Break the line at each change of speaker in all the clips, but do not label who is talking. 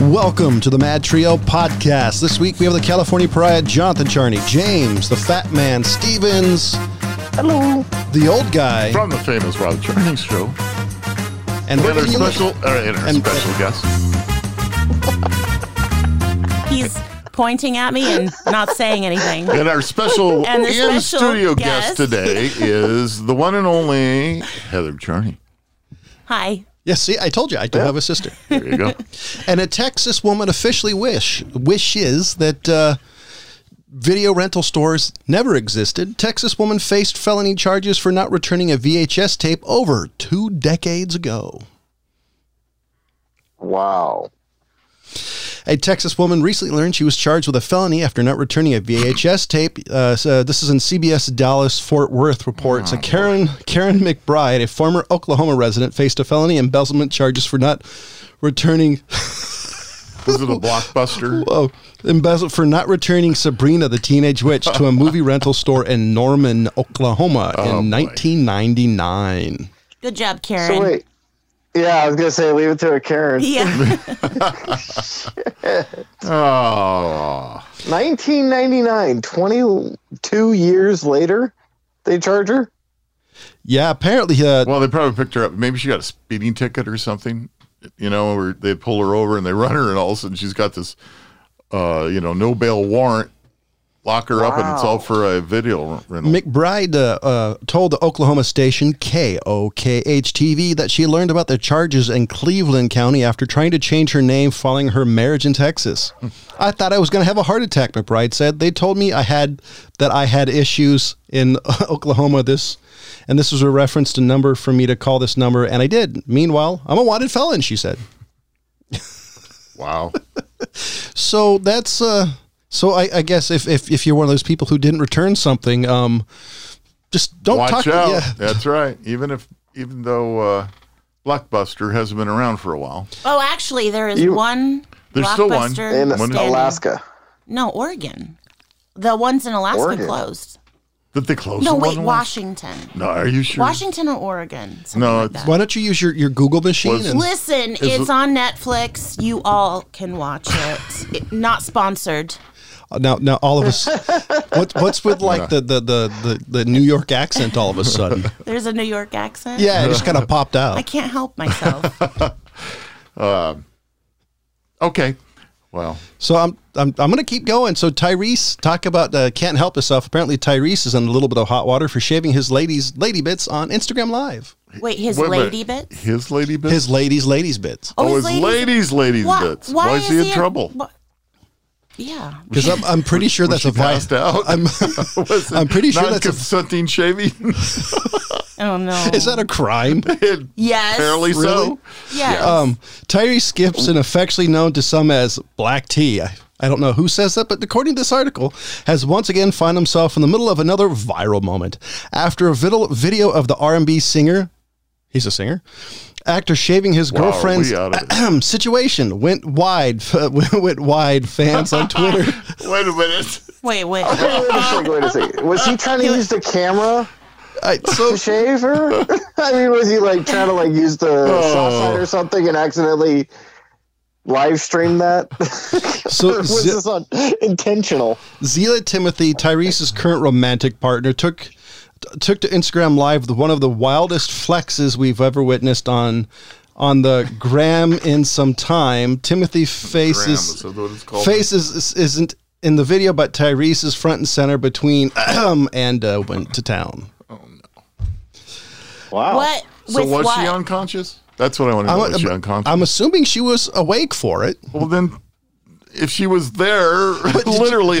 Welcome to the Mad Trio podcast. This week we have the California Pariah, Jonathan Charney, James, the Fat Man, Stevens,
Hello.
the Old Guy,
From the famous Rob Churnings show.
and
And
we're
our
giving you li-
special, uh, and our
And-
special guest.
He's pointing at me and not saying anything.
And our special
And the
in
special
studio guest
guest.
today is the one and only Heather Churney.
Hi.
Yeah, see, I told you I do have a sister.
There you go.
And a Texas woman officially wish wishes that uh, video rental stores never existed. Texas woman faced felony charges for not returning a VHS tape over two decades ago.
Wow.
A Texas woman recently learned she was charged with a felony after not returning a VHS tape. Uh, so this is in CBS Dallas Fort Worth reports. a Karen Karen McBride, a former Oklahoma resident, faced a felony embezzlement charges for not returning
Was it a blockbuster?
oh, embezzle for not returning Sabrina the Teenage Witch to a movie rental store in Norman, Oklahoma, in 1999.
Good job,
So
Karen.
wait. Yeah, I was gonna say leave it to a Karen.
Yeah.
Oh,
1999, 22 years later, they charge her.
Yeah, apparently, uh,
well, they probably picked her up. Maybe she got a speeding ticket or something, you know, or they pull her over and they run her, and all of a sudden she's got this, uh, you know, no bail warrant, lock her up, and it's
Wow.
all for a video rental.
McBride uh, uh, told the Oklahoma station KOKH TV that she learned about the charges in Cleveland County after trying to change her name following her marriage in Texas.
Hmm.
I thought I was going to have a heart attack, McBride said. They told me I had that I had issues in Oklahoma. This and this was a reference to number for me to call this number, and I did. Meanwhile, I'm a wanted felon, she said.
wow.
So that's uh so I, I guess if, if if you're one of those people who didn't return something, um just don't
Watch
talk
out.
yeah.
That's right. Even if even though uh, Blockbuster hasn't been around for a while.
Oh, actually, there is
You-
one
There's
blockbuster
still one.
In
When is-
standing-
Alaska.
No, Oregon. The ones in Alaska
Oregon.
closed.
Did they close
No,
the
wait,
one
Washington.
No, are you sure?
Washington or Oregon? something
No,
like
it's-
that.
Why don't you use your, your Google machine?
Was-
and-
Listen, it's on Netflix. You all can watch it. It- Not sponsored.
uh, now, now all of us. What, what's with like the, the, the, the, the New York accent all of a sudden?
There's a New York accent.
Yeah, it just kind of popped
I
out.
can't help myself.
Okay. Well,
So I'm I'm, I'm going to keep going. So Tyrese, talk about uh, can't help himself. Apparently Tyrese is in a little bit of hot water for shaving his ladies lady bits on Instagram Live.
Wait, his
wait a minute.
lady bits?
His lady bits.
His ladies ladies bits.
oh, his
ladies-
ladies, ladies
Why-
bits. Why, is he in trouble?
wha- yeah.
Because I'm, I'm pretty sure that's
she
a vi-
passed out?
I'm,
Was it
I'm pretty sure that's a-
non-consenting shaving.
Oh no.
is that a crime?
It-
Yes.
Apparently so.
Really?
Yes.
Um, Tyrese Gibson, affectionately known to some as Black Tea, I, I don't know who says that, but according to this article, has once again found himself in the middle of another viral moment after a vid- video of the R&B singer. He's a singer. Actor shaving his
Wow, are we
girlfriend's
out of it?
situation went wide. went wide. Fans on Twitter.
Wait a minute.
wait, wait.
Oh,
Wait a second, wait a second. Was he trying to use the camera
I,
to
so
shave her? I mean, was he like trying to like use the
Oh.
soft side or something and accidentally live stream that?
So
was
Zip-
this on intentional?
Zeila Timothy, Tyrese's current romantic partner, took took to Instagram Live the, one of the wildest flexes we've ever witnessed on on the gram in some time. Timothy faces
Gram, is that what it's called?
faces is, isn't in the video, but Tyrese is front and center between and uh, went to town.
Wow.
What?
So
with
was
what?
she unconscious? That's what I want to know. was she unconscious?
I'm assuming she was awake for it.
well, then, if she was there, literally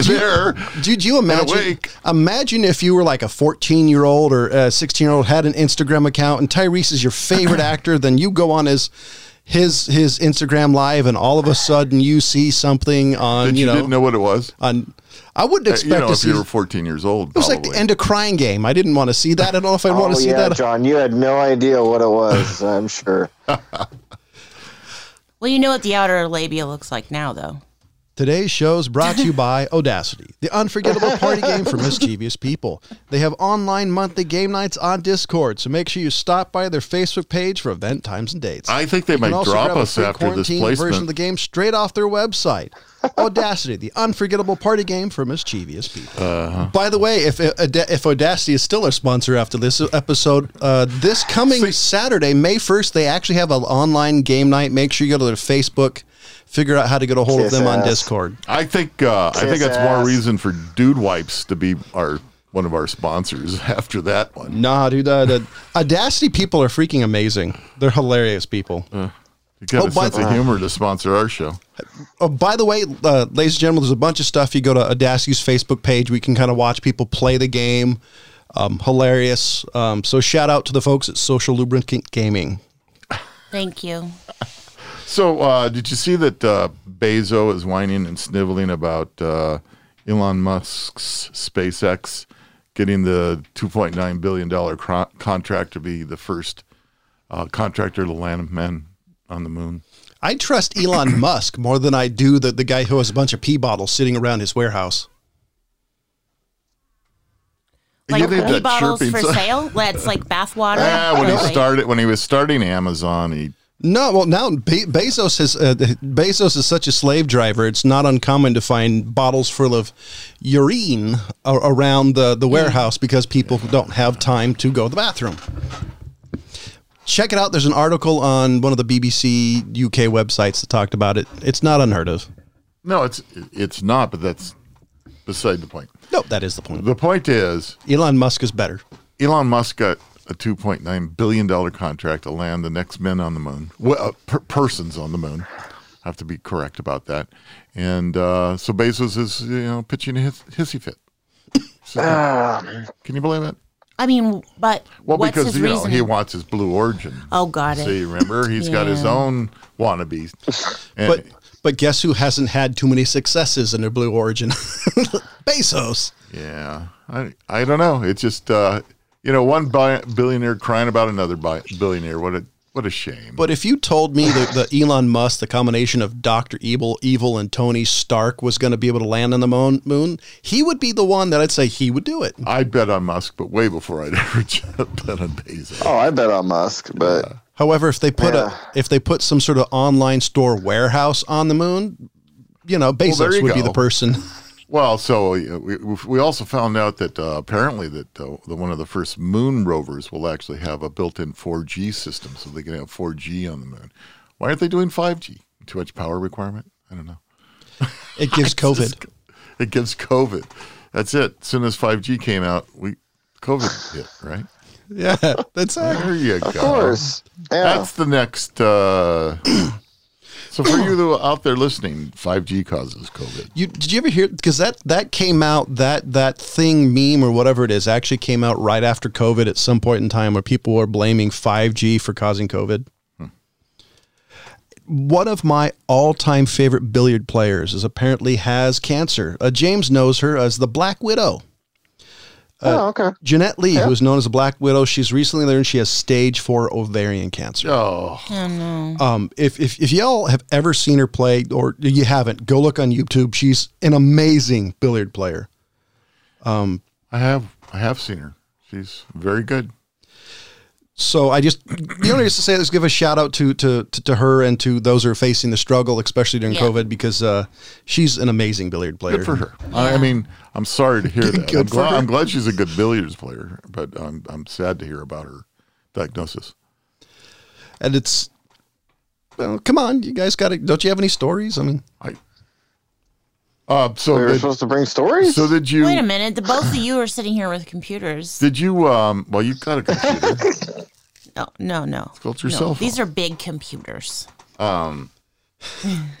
there,
Did you imagine?
awake.
Imagine if you were like a 14 year old or a 16 year old had an Instagram account, and Tyrese is your favorite actor. Then you go on his his his Instagram live, and all of a sudden you see something on
that
you,
you,
know
didn't know what it was.
on. I wouldn't expect
You know,
to
if
see.
you were
It
14 years old,
was
probably.
like the end of Crying Game. I didn't want to see that. I don't know if I'd want
Oh
to see
yeah,
that.
John, you had no idea what it was. I'm sure.
Well, you know what the outer labia looks like now, though.
Today's show is brought to you by Audacity, the unforgettable party game for mischievous people. They have online monthly game nights on Discord, so make sure you stop by their Facebook page for event times and dates.
I think they
You can
might
also
drop
grab a
us
free
after this
quarantine version of
placement.
the game straight off their website. Audacity, the unforgettable party game for mischievous people.
Uh-huh.
By the way, if if Audacity is still our sponsor after this episode, uh, this coming
See-
Saturday, May first, they actually have an online game night. Make sure you go to their Facebook, figure out how to get a hold of
Kiss
them on
ass.
Discord.
I think uh, I think
Kiss
that's more
ass.
reason for Dude Wipes to be our one of our sponsors after that one.
Nah, dude, uh, the Audacity people are freaking amazing. They're hilarious people.
You got
Oh,
a
by
sense of
the-
humor to sponsor our show.
Oh, by the way, uh, ladies and gentlemen, there's a bunch of stuff. You go to Audacity's Facebook page. We can kind of watch people play the game. Um, hilarious. Um, so shout out to the folks at Social Lubricant Gaming.
Thank you.
So, uh, did you see that uh, Bezos is whining and sniveling about uh, Elon Musk's SpaceX getting the $2.9 billion cro- contract to be the first uh, contractor to land men on the moon?
I trust Elon Musk more than I do the, the guy who has a bunch of pee bottles sitting around his warehouse.
You
Like
need
pee
that
bottles
chirping
for
sound.
sale? That's like bathwater.
Ah, when he
Really?
started, when he was starting Amazon, he
No, well now Be- Bezos has uh, Bezos is such a slave driver. It's not uncommon to find bottles full of urine a- around the the warehouse because people don't have time to go to the bathroom. Check it out. There's an article on one of the BBC UK websites that talked about it. It's not unheard of.
no, it's it's not, but that's beside the point.
No, that is the point.
The point is,
Elon Musk is better.
Elon Musk got a two point nine billion dollar contract to land the next men on the moon. Well, uh, per- persons on the moon. I have to be correct about that. And uh, so Bezos is, you know, pitching a hiss- hissy fit. So, can you believe it?
I mean, but
Well,
Ah, what's
because
his
you know
reason?
he wants his blue origin.
Oh, got it.
See, remember he's got his
Yeah.
own wannabe. And-
But but guess who hasn't had too many successes in their blue origin? Bezos.
Yeah, I I don't know. It's just uh, you know one bi- billionaire crying about another bi- billionaire. What a what a shame.
But if you told me that the Elon Musk, the combination of Doctor Evil, Evil, and Tony Stark was going to be able to land on the moon, moon, he would be the one that I'd say he would do it.
I bet on Musk, but way before I'd ever bet on Bezos.
Oh, I bet on Musk, but
However, if they put
Yeah.
a if they put some sort of online store warehouse on the moon, you know, Bezos
there you
would be
go.
the person.
Well, so uh, we we- we also found out that uh, apparently that uh, the one of the first moon rovers will actually have a built-in 4G system, so they can have 4G on the moon. Why aren't they doing 5G? Too much power requirement? I don't know.
It gives COVID.
Just- It gives COVID. That's it. As soon as 5G came out, we COVID hit, right?
Yeah, that's it.
There you go.
of course, yeah.
That's the next. Uh, so for you though, out there listening, 5G causes COVID.
You, did you ever hear? Because that that came out that that thing meme or whatever it is actually came out right after COVID at some point in time where people were blaming five G for causing COVID. One of my all-time favorite billiard players is apparently has cancer. Uh, James knows her as the Black Widow.
oh, okay.
Jeanette Lee, who is known as the Black Widow, she's recently learned she has stage four ovarian cancer.
Oh,
Um, if, if if y'all have ever seen her play or you haven't, go look on YouTube. She's an amazing billiard player.
I have I have seen her. She's very good.
So I just the only reason to say this give a shout out to to to, to her and to those who are facing the struggle, especially during
Yeah.
COVID, because uh, she's an amazing billiard player.
Good for her. I I mean, I'm sorry to hear that.
Good
I'm,
for
glad,
her.
I'm glad she's a good billiards player, but I'm I'm sad to hear about her diagnosis.
And it's well, come on, you guys got to don't you have any stories? I mean,
I. Uh, so
We were
did,
supposed to bring stories.
so did you?
Wait a minute. The both of you are sitting here with computers.
Did you? Um, well, you've got a computer.
No, no, no.
called your
No,
cell phone.
These are big computers.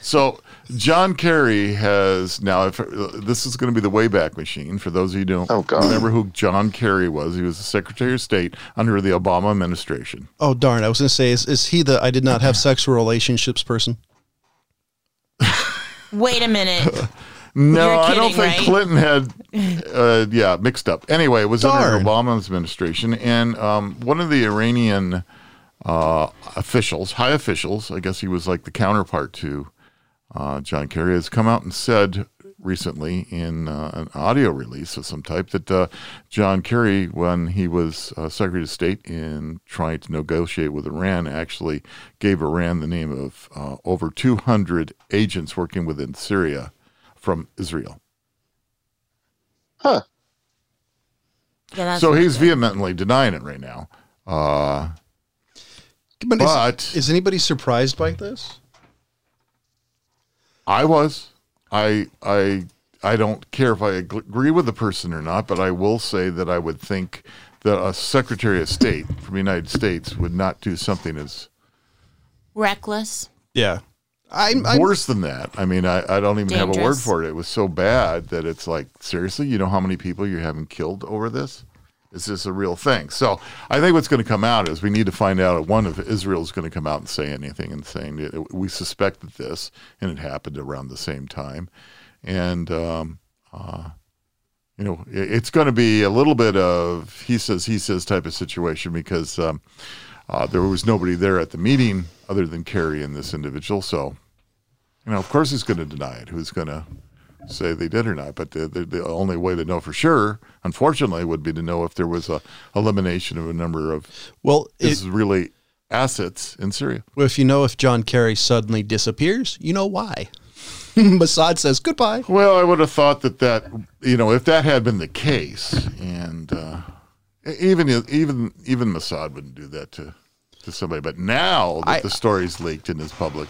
So John Kerry has now. If, uh, this is going to be the Wayback Machine for those of you who don't
Oh, God.
remember who John Kerry was. He was the Secretary of State under the Obama administration.
oh darn, I was going to say, is is he the I did not have sexual relationships person?
Wait a minute.
No,
You're
I don't
kidding,
think
right?
Clinton had. Uh, yeah, mixed up. Anyway, it was under
Darn.
Obama's administration, and um, one of the Iranian uh, officials, high officials, I guess he was like the counterpart to Uh, John Kerry has come out and said recently in uh, an audio release of some type that uh, John Kerry, when he was uh, Secretary of State in trying to negotiate with Iran, actually gave Iran the name of uh, over 200 agents working within Syria from Israel.
Huh.
Yeah, that's
so he's vehemently denying it right now. Uh,
But, is-
But-
is, anybody surprised by this?
I was. I I I don't care if I ag- agree with the person or not, but I will say that I would think that a Secretary of State from the United States would not do something as
reckless.
Yeah. I'm, I'm
worse than that. I mean, I, I don't even have a word
Dangerous.
for it. It was so bad that it's like, seriously, you know how many people you're having killed over this? Is this a real thing? So I think what's going to come out is we need to find out one if Israel's going to come out and say anything and saying that we suspected this and it happened around the same time, and um, you know, i- it's going to be a little bit of he says, he says type of situation because um, uh, there was nobody there at the meeting other than Kerry and this individual. So, you know, of course he's going to deny it. Who's going to say they did or not? But the, the, the only way to know for sure, unfortunately, would be to know if there was a elimination of a number of
well. It,
Israeli assets in Syria.
if you know if John Kerry suddenly disappears, you know why. Mossad says goodbye.
Well, I would have thought that that you know if that had been the case, and uh, even even even Mossad wouldn't do that to to somebody. But now that
I-
the story's leaked and is public,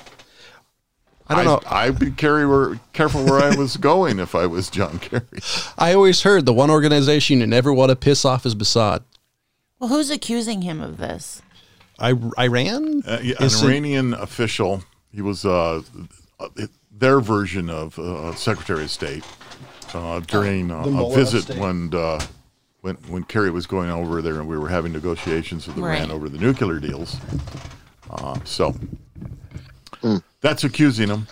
I don't know.
I'd be carry where, careful where I was going if I was John Kerry.
I always heard the one organization you never want to piss off is Mossad.
Well, who's accusing him of this?
I, Iran?
Uh, yeah,
Is
an
it-
Iranian official. He was uh, their version of uh, Secretary of State uh, during uh,
The
a
Mullah
visit
state.
when uh, when when Kerry was going over there and we were having negotiations with Iran
Right.
over the nuclear deals. Uh, so that's accusing him.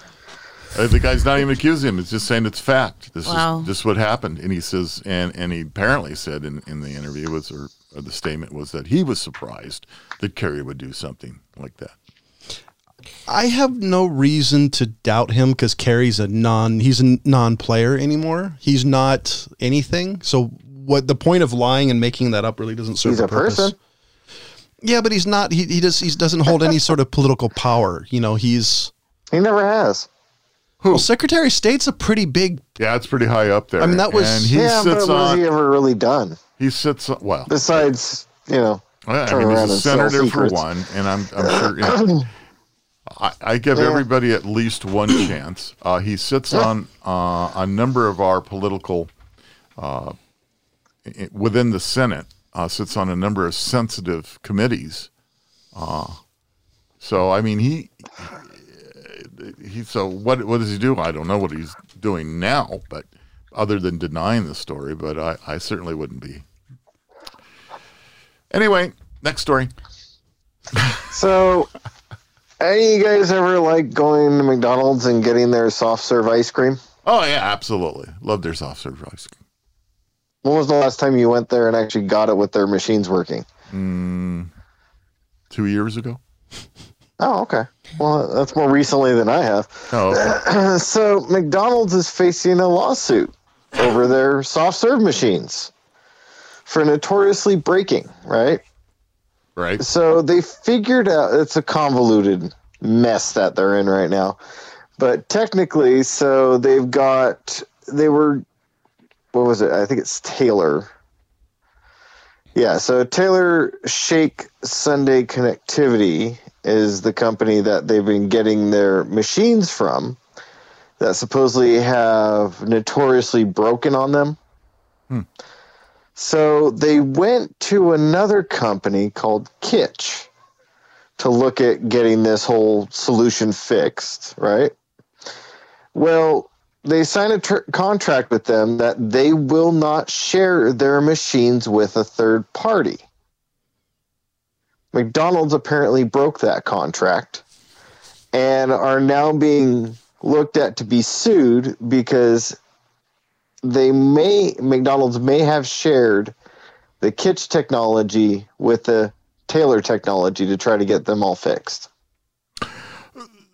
Uh, the guy's not even accusing him. It's just saying it's fact. This
Wow.
is this is what happened. And he says, and and he apparently said in, in the interview was or, or the statement was that he was surprised that Kerry would do something like that.
I have no reason to doubt him because Kerry's a non he's a non-player anymore. He's not anything. So what the point of lying and making that up really doesn't serve
He's a
purpose.
person.
Yeah, but he's not. He he does. He doesn't hold any sort of political power. You know, he's
He never has.
well. Secretary of State's a pretty big.
Yeah, it's pretty high up there.
I mean, that was-
and he
yeah, but
sits
what has
on
he
he,
ever really done
sits on, well.
besides you know?
Oh, Yeah, I
turn
mean,
around
he's a
and sell
senator for
secrets.
one, and I'm, I'm sure. You know, I, I give everybody at least one chance. Uh, he sits on uh, a number of our political, uh, i- within the Senate, uh, sits on a number of sensitive committees. Uh, so I mean, he he. So what what does he do? I don't know what he's doing now, but other than denying the story, but I, I certainly wouldn't be. Anyway, next story.
So, any of you guys ever like going to McDonald's and getting their soft serve ice cream?
Oh yeah, absolutely. Love their soft serve ice cream.
When was the last time you went there and actually got it with their machines working?
Two years ago.
Oh, okay. Well, that's more recently than I have.
Oh, okay.
So McDonald's is facing a lawsuit over their soft serve machines for notoriously breaking, right?
right.
So they figured out it's a convoluted mess that they're in right now. But technically, so they've got they were what was it? I think it's Taylor. Yeah, so Taylor Shake Sunday Connectivity is the company that they've been getting their machines from that supposedly have notoriously broken on them. So they went to another company called Kitch to look at getting this whole solution fixed, right? Well, they signed a tr- contract with them that they will not share their machines with a third party. McDonald's apparently broke that contract and are now being looked at to be sued because they may McDonald's may have shared the Kitch technology with the Taylor technology to try to get them all fixed.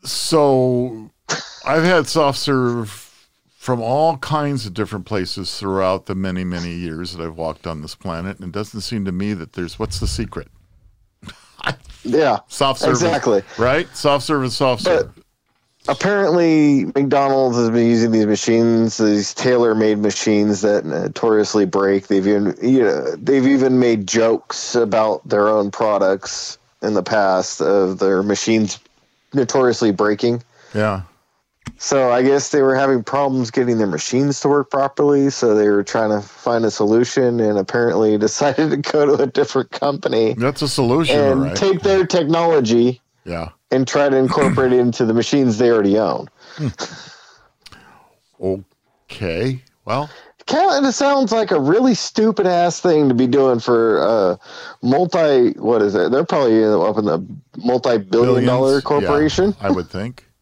So I've had soft serve from all kinds of different places throughout the many, many years that I've walked on this planet, and it doesn't seem to me that there's what's the secret?
Yeah.
Soft serve,
Exactly.
right? Soft serve is soft
But-
serve.
Apparently, McDonald's has been using these machines, these tailor-made machines that notoriously break. They've even, you know, they've even made jokes about their own products in the past of their machines notoriously breaking.
Yeah,
So I guess they were having problems getting their machines to work properly. So they were trying to find a solution, and apparently decided to go to a different company
that's a solution,
and
right?
take their technology
yeah.
and try to incorporate it into the machines they already own.
Okay. Well,
kind of sounds like a really stupid ass thing to be doing for uh multi what is it they're probably up in the multi-billion
billions.
dollar
Yeah,
corporation
I would think.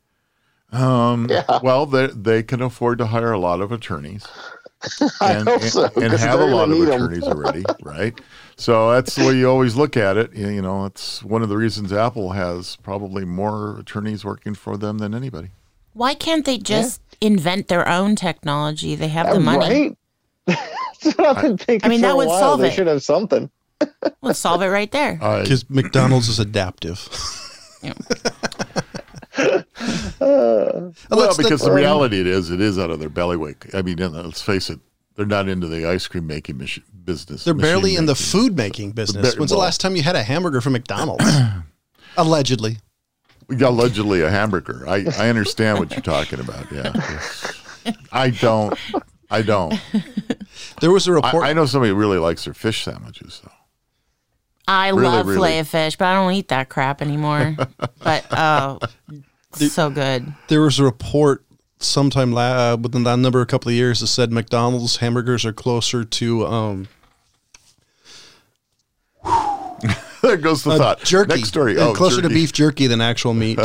Um, Well, they, they can afford to hire a lot of attorneys and,
hope so,
and, and
'cause
have a
they're
lot
gonna
of
need 'em.
attorneys already, right? So that's the way you always look at it. You you know, it's one of the reasons Apple has probably more attorneys working for them than anybody.
Why can't they just invent their own technology? They have the money.
Uh, right that's what i've been thinking
I mean,
for
that
a
would
while.
solve
they
it.
should have something
Let's solve it right there.
I,
Because McDonald's is adaptive.
well,
Let's-
because the reality it is, it is out of their bellywick. I mean, and let's face it, they're not into the ice cream making machi- business.
They're
machine
barely in the
making.
food making business.
Ba-
When's the
well-
last time you had a hamburger from McDonald's? Allegedly.
allegedly a hamburger. I, I understand what you're talking about. Yeah. I don't. I don't.
There was a
I,
report.
I know somebody who really likes their fish sandwiches though.
I
Really,
love
really.
filet of fish, but I don't eat that crap anymore. but oh, so good.
there was a report sometime la- uh, within that number of couple of years that said McDonald's hamburgers are closer to um,
there goes the thought.
jerky.
Next story.
They're
Oh,
closer to
jerky.
beef jerky than actual meat.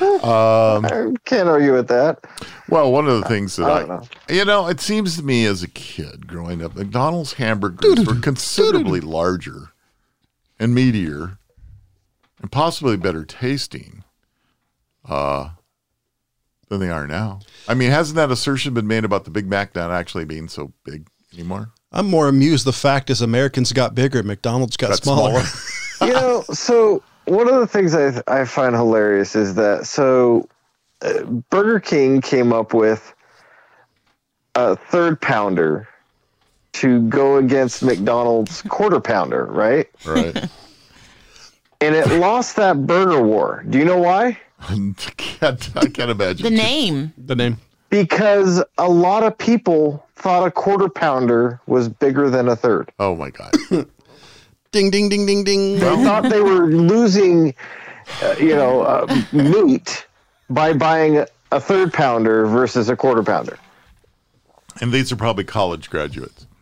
Um,
i can't argue with that
Well, one of the things that
I
I,
don't know.
you know, it seems to me as a kid growing up, McDonald's hamburgers were considerably larger and meatier and possibly better tasting uh, than they are now. I mean, hasn't that assertion been made about the Big Mac not actually being so big anymore?
I'm more amused the fact is Americans got bigger, McDonald's got,
Got
smaller.
you know so one of the things i i find hilarious is that so uh, burger king came up with a third pounder to go against mcdonald's quarter pounder right
Right.
and it lost that burger war. Do you know why?
I can't, I can't imagine.
The name.
the name.
Because a lot of people thought a quarter pounder was bigger than a third.
Oh my god.
Ding, ding, ding, ding, ding.
They thought they were losing, uh, you know, uh, meat by buying a third pounder versus a quarter pounder.
And these are probably college graduates.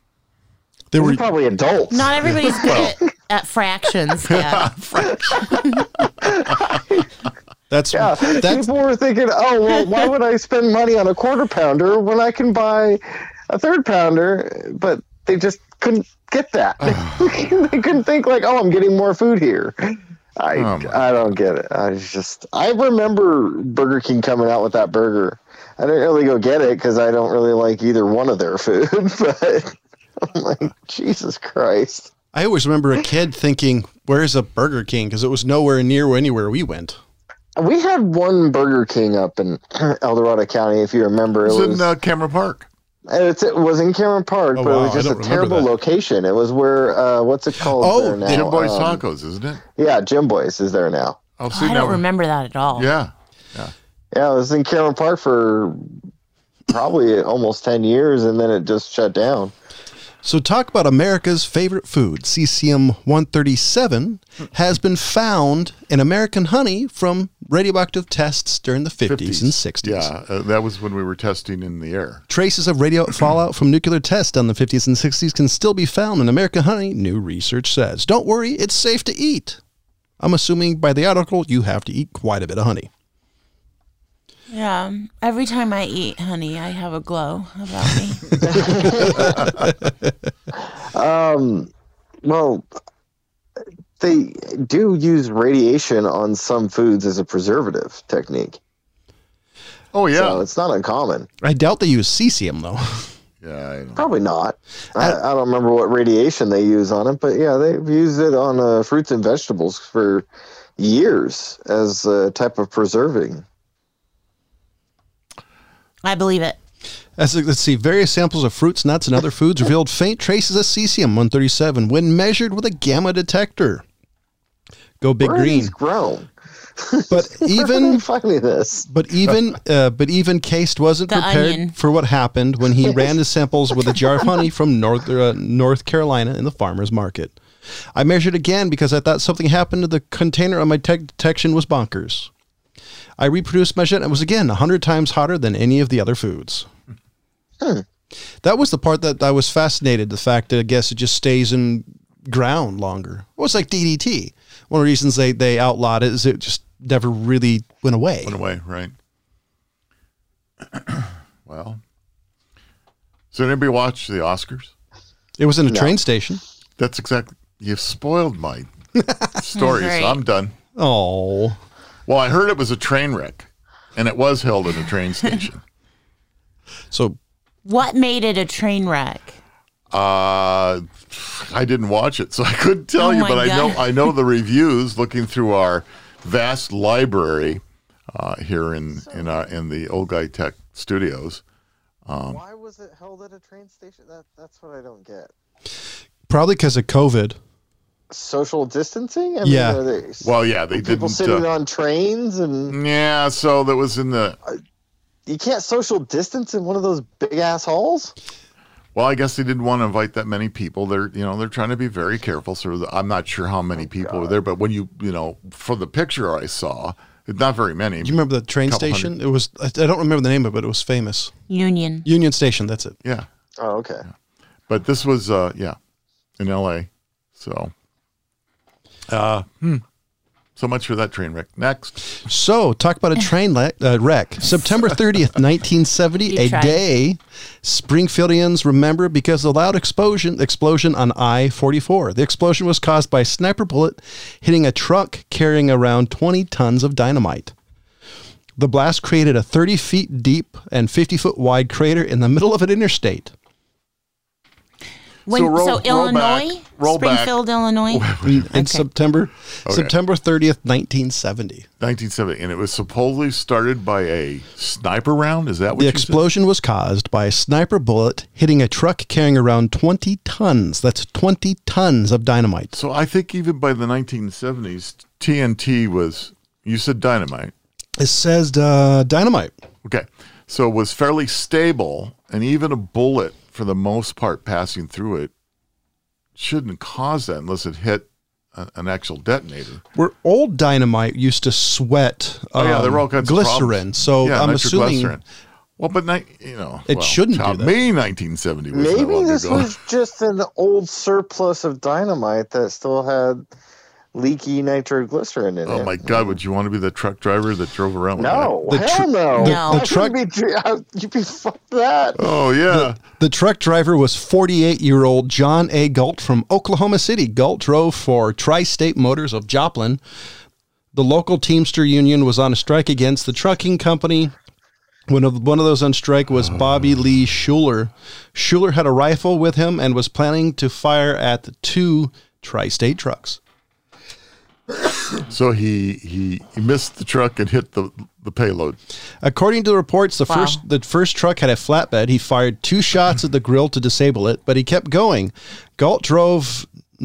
They
They
were
were probably adults.
Not everybody's good at, at fractions. Dad.
that's
Yeah,
that's
people were thinking, oh, well, why would I spend money on a quarter pounder when I can buy a third pounder? But they just couldn't get that. they couldn't think like, oh, I'm getting more food here. I,
Oh, my.
I don't get it. I just I remember Burger King coming out with that burger. I didn't really go get it because I don't really like either one of their food. But I'm like, Jesus Christ.
I always remember a kid thinking, "Where's a Burger King?" because it was nowhere near anywhere we went.
We had one Burger King up in El Dorado County, if you remember.
It's in uh, Camera Park.
And It's, it was in Cameron Park,
Oh,
but
wow,
it
I
was just
don't
a
remember
terrible
that.
location. It was where uh, what's it called?
Oh,
there now?
Jim
Jim Boy's
Um,
Tacos, isn't it?
Yeah, Jim Boyce is there now.
I'll see
I
now.
don't remember that at all.
Yeah.
Yeah, it was in Cameron Park for probably almost ten years, and then it just shut down.
So, talk about America's favorite food. CCM 137 has been found in American honey from radioactive tests during the 50s, and 60s.
Yeah, uh, that was when we were testing in the air.
Traces of radio fallout from nuclear tests done in the 50s and 60s can still be found in American honey, new research says. Don't worry, it's safe to eat. I'm assuming by the article you have to eat quite a bit of honey.
Yeah. Every time I eat honey, I have a glow about me.
Um, Well, they do use radiation on some foods as a preservative technique.
Oh yeah,
So it's not uncommon.
I doubt they use cesium though.
yeah. I know.
Probably not. I, I don't remember what radiation they use on it, but yeah, they've used it on uh, fruits and vegetables for years as a type of preserving.
I believe it.
As let's see, various samples of fruits, nuts, and other foods revealed faint traces of cesium-137 when measured with a gamma detector. Go big
Where are
green.
these grown?
But
Where are they
even
finding this?
but even uh, but even Cast wasn't
The
prepared
onion.
for what happened when he ran his samples with a jar of honey from North uh, North Carolina in the farmers market. I measured again because I thought something happened to the container on my tech detection was bonkers. I reproduced my shit and it was again 100 times hotter than any of the other foods. That was the part that I was fascinated the fact that I guess it just stays in ground longer. Well, it's like DDT. One of the reasons they, they outlawed it is it just never really went away.
Went away, right? well, so did anybody watch the Oscars?
It was in a train station.
That's exactly. You've spoiled my story,
Great.
so I'm done.
Oh,
Well, I heard it was a train wreck, and it was held at a train station.
so
What made it a train wreck?
Uh, I didn't watch it, so I couldn't tell
Oh
you.
my
But I know
God.
I know the reviews. Looking through our vast library uh, here in in our in the old guy tech studios.
Why was it held at a train station? That, that's what I don't get.
probably because of COVID.
Social distancing? I
Yeah.
are they-
Well, yeah, they
people
didn't.
sitting
uh,
on trains and
yeah, so that was in the.
you can't social distance in one of those big ass halls?
Well, I guess they didn't want to invite that many people. They're you know they're trying to be very careful. So I'm not sure how many people were there, but when you you know from the picture I saw, not very many.
Do you remember the train
Couple
station? It was, I I don't remember the name of it, but it was famous.
Union.
Union Station, that's it.
yeah,
Oh, okay.
but this was uh yeah in LA so uh hmm. so much for that train wreck next
So, talk about a train le- uh, wreck. September 30th, 1970,
You
a
tried.
day Springfieldians remember because of the loud explosion, explosion on I 44. The explosion was caused by a sniper bullet hitting a truck carrying around 20 tons of dynamite. The blast created a 30 feet deep and 50 foot wide crater in the middle of an interstate.
When, so,
roll- roll
Illinois,
back, roll back.
Springfield, Illinois. Mm,
in in
Okay.
September September 30th, 1970.
1970 and it was supposedly started by a sniper round is that what
The
you
explosion was caused by a sniper bullet hitting a truck carrying around 20 tons. That's 20 tons of
said?
dynamite.
so i think even by the 1970s tnt was you said dynamite
It says uh, dynamite.
okay so it was fairly stable and even a bullet for the most part passing through it shouldn't cause that unless it hit a, an actual detonator
Where old dynamite used to sweat
Oh yeah, they're all
um,
kinds of
glycerin.
problems.
so
yeah,
I'm assuming
nitroglycerin. Well, but ni- you know,
It
well,
shouldn't do
tell
that.
Me, 1970 was that
Maybe
long
this
ago.
was just an old surplus of dynamite that still had leaky nitroglycerin in it.
Oh my God! Would you want to be the truck driver that drove around? with
No,
The
hell
tr-
no.
the-
No.
the
I
truck-
shouldn't Be, dri- I, you'd be fuck that.
that? Oh yeah.
The truck driver was 48 year old John A. Galt from Oklahoma City. Galt drove for Tri State Motors of Joplin. The local Teamster Union was on a strike against the trucking company. One of, one of those on strike was Bobby Lee Schuler. Schuler had a rifle with him and was planning to fire at the two tri state trucks.
So he, he he missed the truck and hit the the payload.
According to the reports, the
Wow.
first the first truck had a flatbed. He fired two shots at the grill to disable it, but he kept going. Galt drove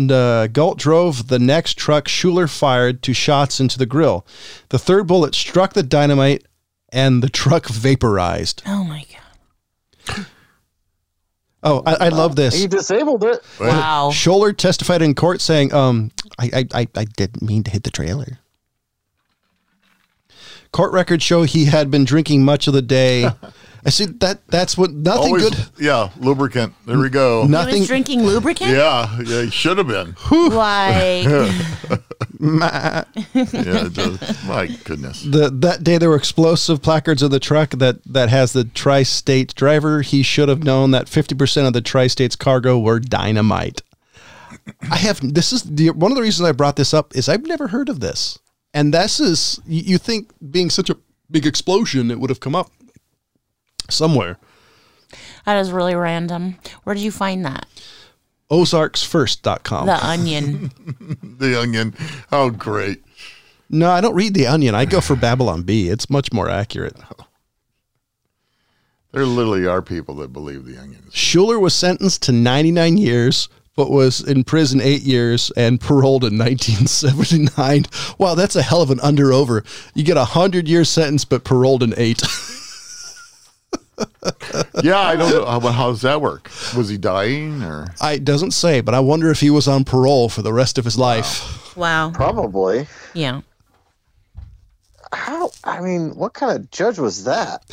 uh, Galt drove the next truck. Schuler fired two shots into the grill. The third bullet struck the dynamite, and the truck vaporized.
Oh my god!
Oh, I, I love this.
He disabled it.
Wow.
Schuler testified in court saying, um, I, I, I, I didn't mean to hit the trailer. Court records show he had been drinking much of the day. I see that that's what nothing
Always,
good
yeah, lubricant. There we go.
He
nothing
was drinking lubricant.
yeah, yeah, he should have been.
Like
Yeah, it does. my goodness.
the that day there were explosive placards of the truck that that has the tri-state driver. He should have known that 50% of the tri-state's cargo were dynamite. I have this is the one of the reasons I brought this up is I've never heard of this. And this is you, you think being such a big explosion it would have come up. somewhere.
That is really random. Where did you find that?
Ozarksfirst.com.
The Onion.
The Onion. Oh, great.
No, I don't read The Onion. I go for Babylon B. It's much more accurate.
There literally are people that believe the Onion.
Schuler was sentenced to 99 years, but was in prison eight years and paroled in 1979. Wow, that's a hell of an under over. You get a 100 year sentence, but paroled in eight.
Yeah, I don't know. How, how does that work? Was he dying or?
I, it doesn't say, but I wonder if he was on parole for the rest of his life.
Wow.
Probably.
Yeah.
How? I mean, what kind of judge was that?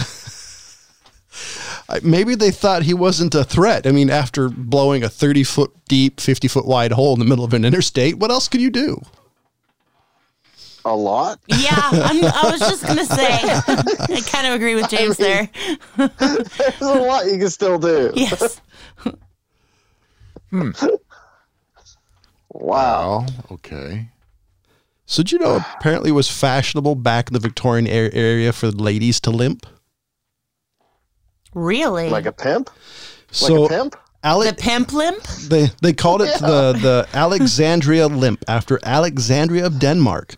I- Maybe they thought he wasn't a threat. I mean, after blowing a 30 foot deep, 50 foot wide hole in the middle of an interstate, what else could you do?
A lot?
Yeah, I'm, I was just gonna say. I kind of agree with James there.
There's a lot you can still do.
Yes.
Wow.
Well, okay.
So, did you know apparently it was fashionable back in the Victorian er- area for ladies to limp?
Really?
Like a pimp? Like
So,
a pimp?
Ale-
the pimp limp?
they they called it the the Alexandria limp after Alexandria of Denmark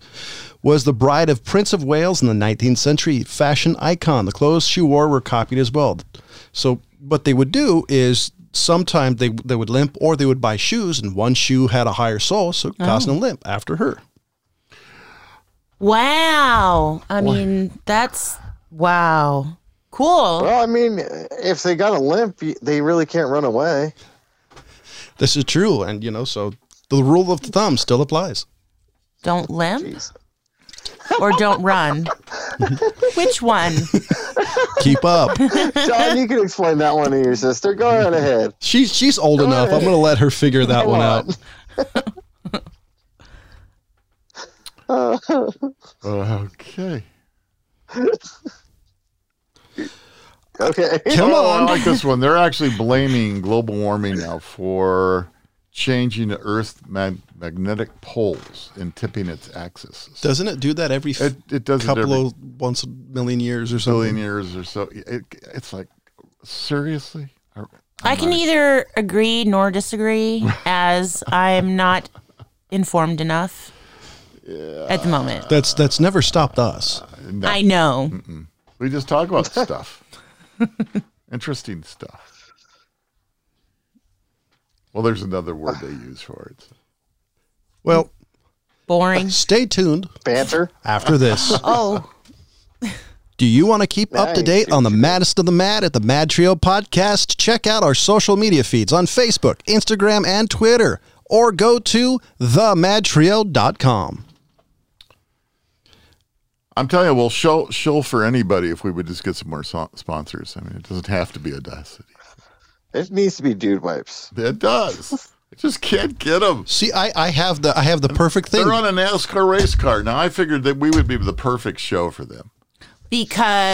was the bride of Prince of Wales in the 19th century fashion icon. The clothes she wore were copied as well. So what they would do is sometimes they they would limp or they would buy shoes and one shoe had a higher sole so it caused them to limp after her.
Wow. I mean, that's wow. Cool.
Well, I mean, if they got a limp, y- they really can't run away.
This is true and you know so the rule of thumb still applies.
Don't limp or don't run. Which one?
Keep up.
John, you can explain that one to your sister. Go right ahead.
She's she's old enough. I'm going to let her figure that one out.
Okay.
Okay.
Come
Oh,
on.
I like this one. They're actually blaming global warming now for changing the Earth's mag- magnetic poles and tipping its axis.
Doesn't it do that every f-
It- it does it
couple
every-
of once a million years or something?
Billion years or so. It, it's like, seriously? Are-
I can either agree nor disagree, as I'm not informed enough at the moment.
That's that's never stopped us.
no.
I know.
We just talk about stuff. Interesting stuff. Well, there's another word they use for it.
Well,
Boring.
stay tuned
Banter.
after this.
Oh,
Do you want to keep up to
Nice.
date on the maddest of the mad at the Mad Trio podcast? Check out our social media feeds on Facebook, Instagram, and Twitter, or go to themadtrio.com.
I'm telling you, we'll show show for anybody if we would just get some more so- sponsors. I mean, it doesn't have to be Audacity.
It needs to be dude wipes.
It does. I just can't get them.
See, I, I have the I have the perfect thing.
They're on a NASCAR race car. Now, I figured that we would be the perfect show for them.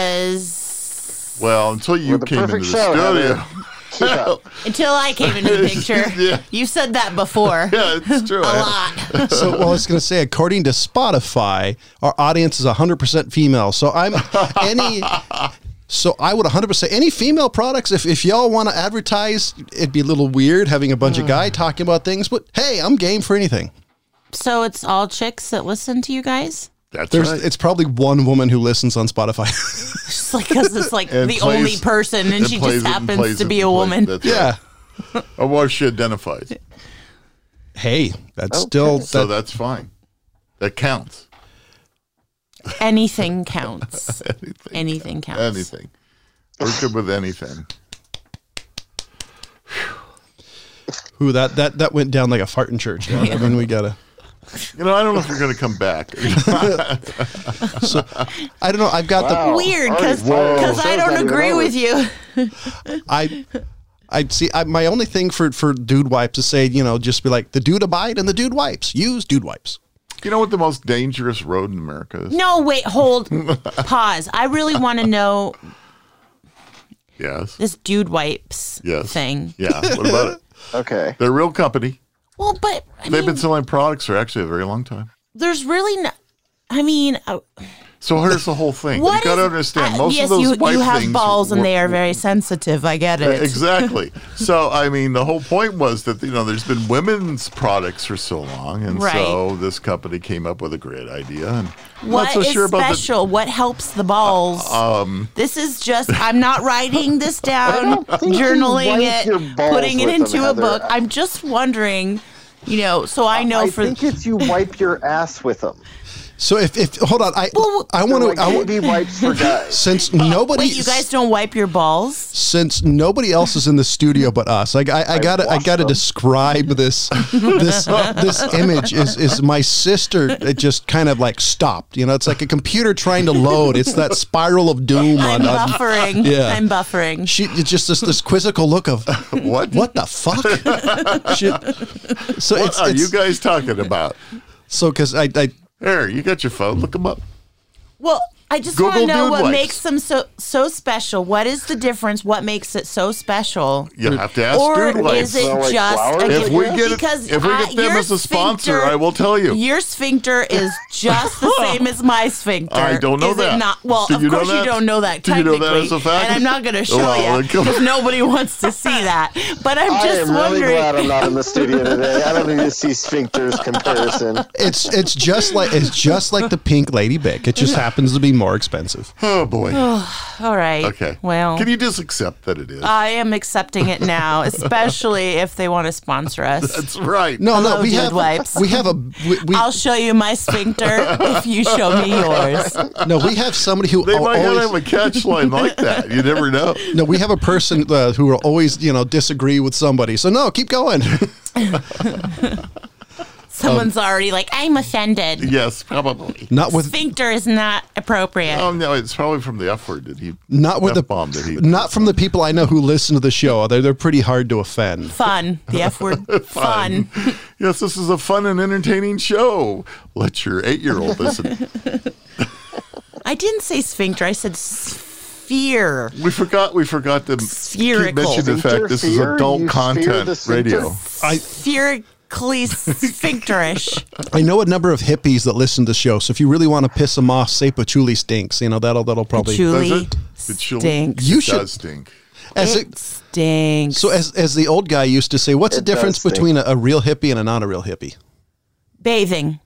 because
Well, until you
We're the
came into the
perfect show,
studio.
Keep up.
until I came into the picture,
Yeah.
you said that before
yeah, it's true.
a
I-
lot.
so well, I was going to say, according to Spotify, our audience is 100% female. So I'm any. So I would 100% any female products. If, if y'all want to advertise, it'd be a little weird having a bunch of guy talking about things. But hey, I'm game for anything.
So it's all chicks that listen to you guys.
That's
There's
right.
it's probably one woman who listens on Spotify.
Just like because it's like
And
the
plays-
only person, and
It
she
plays
just
it and
happens
plays
to
it
be
and
a
plays-
woman.
That's right.
yeah.
Or what she identifies.
Hey, that's still that,
So that's fine. That counts.
Anything counts.
Anything.
Anything counts.
Anything. We're good with anything.
who that that that went down like a fart in church. man. I mean, we gotta.
You know, I don't know if you're going to come back.
I don't know. I've got the
Wow.
Weird because
Whoa.
I
Show's not
don't
even
agree
over.
with you.
I I see. I, my only thing for for dude wipes is say you know just be like the dude abide and the dude wipes. Use dude wipes.
you know what the most dangerous road in America is?
No, wait, hold, pause. I really want to know
Yes.
this dude wipes
Yes.
thing.
Yeah. What about it?
Okay.
They're a real company.
Well, but I
They've
mean,
been selling products for actually a very long time.
there's really no. I mean, uh,
So here's the whole thing.
What
you got to
is-
understand.
uh,
Most
yes,
of those
you,
wife
you have
things
balls and
were-
they are very sensitive. I get it.
Exactly. so I mean, the whole point was that you know there's been women's products for so long, and
Right.
so this company came up with a great idea. And I'm
What
not so
is
sure about the- Uh,
special? what helps the balls? um, this is just I'm not writing this down,
think you
journaling
wipe your
it,
balls
putting it
with them,
into a
Heather.
book. I'm just wondering, you know. So I know
I
for
think it's you wipe your ass with them.
So if, if hold on, I
Well,
I
They're
want
like
to. I, wa-
baby wipes for guys.
since nobody,
wait, you guys don't wipe your balls.
since nobody else is in the studio but us, like I, I gotta I
watched
gotta
them.
describe this this this image is is my sister it just kind of like stopped. You know, it's like a computer trying to load. It's that spiral of doom
I'm
on, on
buffering.
Yeah.
I'm buffering.
She it's just this, this quizzical look of
What?
what the fuck? She- so
What
it's,
are
it's
you guys talking about?
so because I, I
Here, you got your phone. Look them up.
Well, I just want to
Google
know
dude
what
wipes.
makes them so so special. What is the difference? What makes it so special?
You have to ask
or
dude wives.
is it
Smell like
just
flowers?
a
if we get
because
if we
I-
get them
your
as a sponsor,
sphincter-
I will tell you.
Your sphincter is just the same as my sphincter.
I don't know
is
that.
It not? Well,
Do
of
you know
course
that?
you don't know that.
Do you know
Technically,
that as a fact?
and I'm not going to show
Well,
you
then come
because
on.
nobody wants to see that. But I'm
I
just
am really
wondering.
glad I'm not in the studio today. I don't need to see sphincters comparison.
it's it's just like it's just like the pink lady bic. It just happens to be more expensive.
oh boy.
All right.
Okay.
Well, Uh,
can you just accept that it is?
I am accepting it now, especially if they want to sponsor us.
That's right.
No, no,
Hello,
we
dude
have
wipes.
we have a we, we
I'll show you my sphincter if you show me yours.
no we have somebody who
They
al-
might not
always,
have a catch line like that. You never know.
no we have a person uh, who will always you know disagree with somebody. So no, keep going.
Someone's already like, I'm offended.
Yes, probably.
not Um, with
Sphincter is not appropriate.
Oh no, it's probably from the F word that he
not with the
bomb that he
not from the people I know who listen to the show. They're they're pretty hard to offend.
fun. The F word, fun.
Yes, this is a fun and entertaining show. Let your eight year old listen.
I didn't say sphincter. I said sphere.
we forgot we forgot to keep
Spherical.
mention the fact this is
Sphere?
adult
You sphere the
content
sphincter?
radio.
I-
Spherically sphincterish.
I know a number of hippies that listen to the show. So if you really want to piss them off, say patchouli stinks. You know that'll that'll probably
Julie
it? It should-
stinks.
You
it
should-
does stink.
as it,
It stinks.
so as as the old guy used to say. What's the
It does
difference
stink.
between a, a real hippie and a not a real hippie?
Bathing.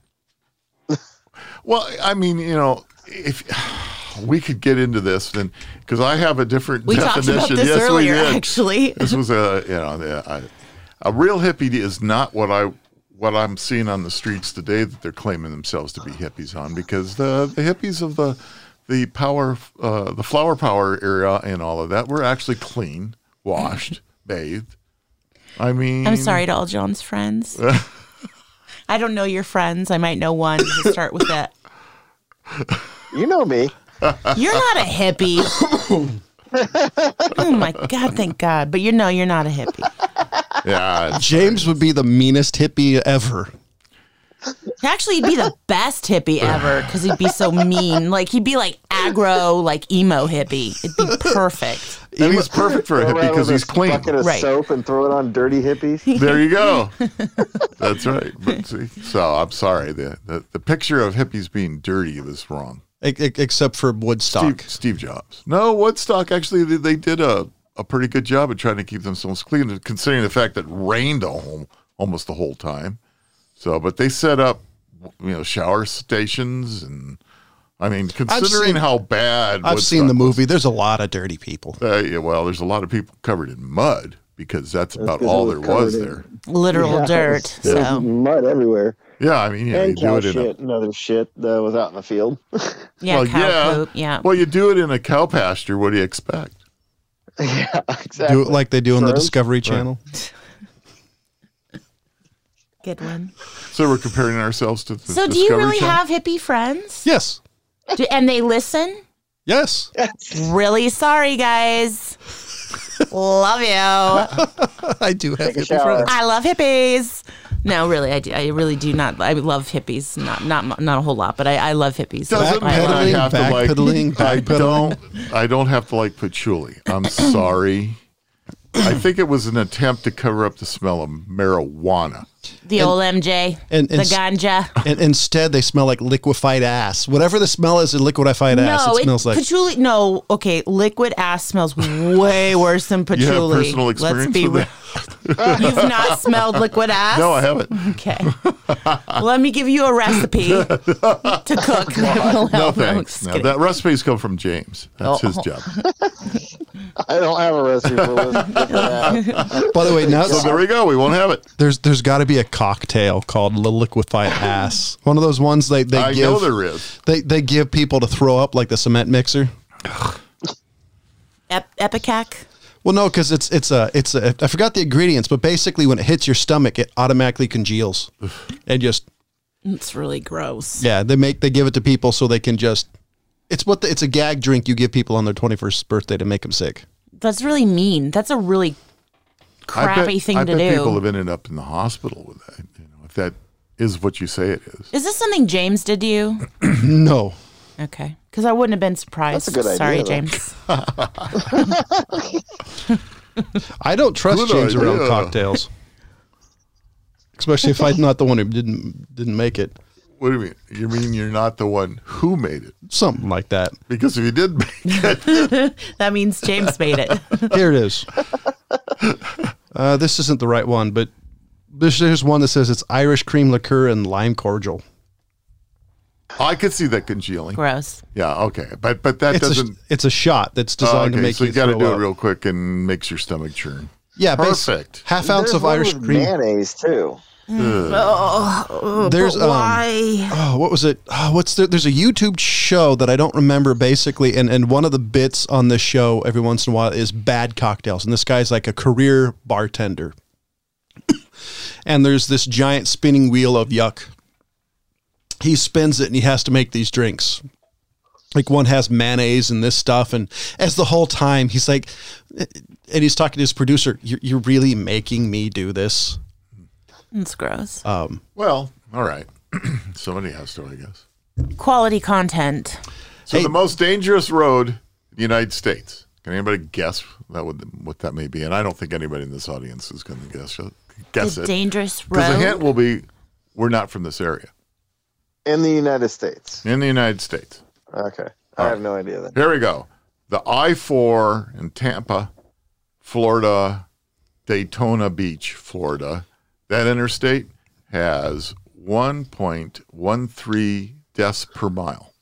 Well, I mean, you know, if we could get into this, then because I have a different
We
definition.
talked about this
yes,
earlier,
we did.
actually.
this was a you know a, a real hippie is not what I what I'm seeing on the streets today that they're claiming themselves to be hippies on because the the hippies of the the power uh, the flower power era and all of that were actually clean, washed, bathed. I mean,
Mm.
I'm sorry to all John's friends. I don't know your friends. I might know one to start with that.
You know me.
You're not a hippie. oh my God, thank God. But you know, you're not a hippie.
Yeah, it's-
James would be the meanest hippie ever.
Actually, he'd be the best hippie ever because he'd be so mean. Like he'd be like aggro, like emo hippie. It'd be perfect.
and he's perfect for a
Go
hippie
around
because
with a
he's clean.
Bucket of
Right.
soap and throw it on dirty hippies.
There you go. That's right. But see, so I'm sorry. The, the the picture of hippies being dirty was wrong.
E- e- except for Woodstock.
Steve, Steve Jobs. No, Woodstock actually they, they did a, a pretty good job at trying to keep themselves clean, considering the fact that it rained a home almost the whole time. So, but they set up you know shower stations and I mean considering
seen-
how bad
I've seen the
Woodstock-
movie. There's a lot of dirty people.
Uh, yeah, well, there's a lot of people covered in mud because that's about
'cause it
all
was
there was
covered in-
there.
Literal
Yeah,
dirt.
There's
So
mud everywhere.
Yeah, I mean, yeah,
and
you do
cow
it in a
shit and other shit that was out in the field.
yeah,
well,
cow
yeah.
poop. Yeah.
Well, you do it in a cow pasture. What do you expect?
yeah, exactly.
Do it like they do on the
Gross.
Discovery Channel.
Good one.
So we're comparing ourselves to the
So, do you
Discovery
really
Channel?
have hippie friends?
Yes.
Do, and they listen?
Yes.
Really sorry, guys. Love you.
I do have
a
hippie
shower.
friends.
I love hippies. No, really, I do. I really do not. I love hippies. Not not mu- not a whole lot, but I, I love hippies.
Doesn't
I
matter.
love-
Backpedaling,
I have to like.
backpedaling,
I
backpedaling.
don't. I don't have to like patchouli. I'm sorry. I think it was an attempt to cover up the smell of marijuana.
The old MJ,
and- and
the
s-
ganja.
And instead, they smell like liquefied ass. Whatever the smell is in liquefied ass,
No,
it smells like.
patchouli. No, okay, liquid ass smells way worse than
You
patchouli.
have personal experience
Let's be
with that?
real. You've not smelled liquid ass.
No, I haven't.
Okay. Let me give you a recipe to cook. no,
No,
I'm
thanks.
just
No,
kidding.
that recipes come from James. That's
Oh.
his job.
I don't have a recipe for this.
By the way, now
So there we go. We won't have it.
there's there's got to be a cocktail called the liquefied ass. One of those ones they they
I
give
know there is.
they they give people to throw up like the cement mixer.
Ep- Epicac.
Well, no, because it's it's a it's a I forgot the ingredients, but basically when it hits your stomach, it automatically congeals. and just
It's really gross.
yeah, they make they give it to people so they can just. It's what the, it's a gag drink you give people on their twenty first birthday to make them sick.
That's really mean. That's a really
I
crappy
bet,
thing
I
to
bet
do.
people have ended up in the hospital with that. You know, if that is what you say it is.
Is this something James did to you?
No,
Okay. Because I wouldn't have been surprised.
That's a good
Sorry,
idea, though.
James.
I don't trust
Good
James around
idea.
cocktails, especially if I'm not the one who didn't didn't make it.
What do you mean? You mean you're not the one who made it?
Something like that.
Because if you did make it,
That means James made it.
Here it is. Uh, this isn't the right one, but this, there's one that says it's Irish cream liqueur and lime cordial.
I could see that congealing.
Gross.
Yeah, okay. But but that
It's a,
doesn't
it's a shot that's
Oh,
designed to
okay,
make
so you,
you
got to
throw
do
up.
it real quick and makes your stomach churn.
Yeah, basi-
Perfect.
Half ounce
There's
of
one
Irish
with
cream.
mayonnaise too.
There's
Oh, But
um,
why?
oh, what was it? Oh, what's the, there's a YouTube show that I don't remember basically, and and one of the bits on this show every once in a while is bad cocktails, and this guy's like a career bartender, and there's this giant spinning wheel of yuck. He spins it and he has to make these drinks. Like one has mayonnaise and this stuff, and as the whole time he's like, eh, and he's talking to his producer, "You're, you're really making me do this."
It's gross.
Uh, Well, all right. Somebody has to, I guess.
Quality content.
So
Hey-
the most dangerous road in the United States. Can anybody guess that would what that may be? And I don't think anybody in this audience is going to guess uh, guess
the
it.
dangerous
Because
road.
the hint will be, we're not from this area
In the United States.
in the United States.
Okay. I have no idea then.
Here we go. The I four in Tampa, Florida, Daytona Beach, Florida. That interstate has 1.13 deaths per mile.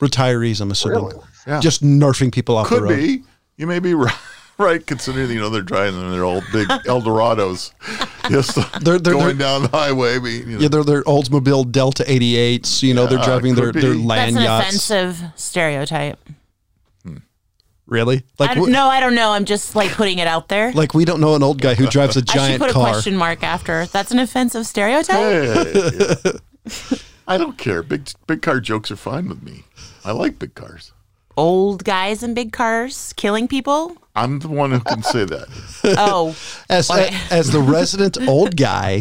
Retirees, I'm assuming.
Yeah.
just nerfing people off the
Could
road.
be. You may be right. Right, considering you know they're driving their old big Eldorados, just
They're- they're-
going
they're-
down the highway. but, you know.
Yeah, they're their Oldsmobile Delta 88s. You know, they're
Yeah,
driving their,
could
their
be.
land
That's an
yachts.
offensive stereotype.
Really?
I
Like,
don't,
we,
no, I don't know. I'm just like putting it out there.
like we don't know an old guy who drives a
I should
giant
put a
car.
question mark after. That's an offensive stereotype.
Hey. I don't care. Big big car jokes are fine with me. I like big cars.
Old guys in big cars killing people.
I'm the one who can say that.
Oh,
As
Why?
as the resident old guy,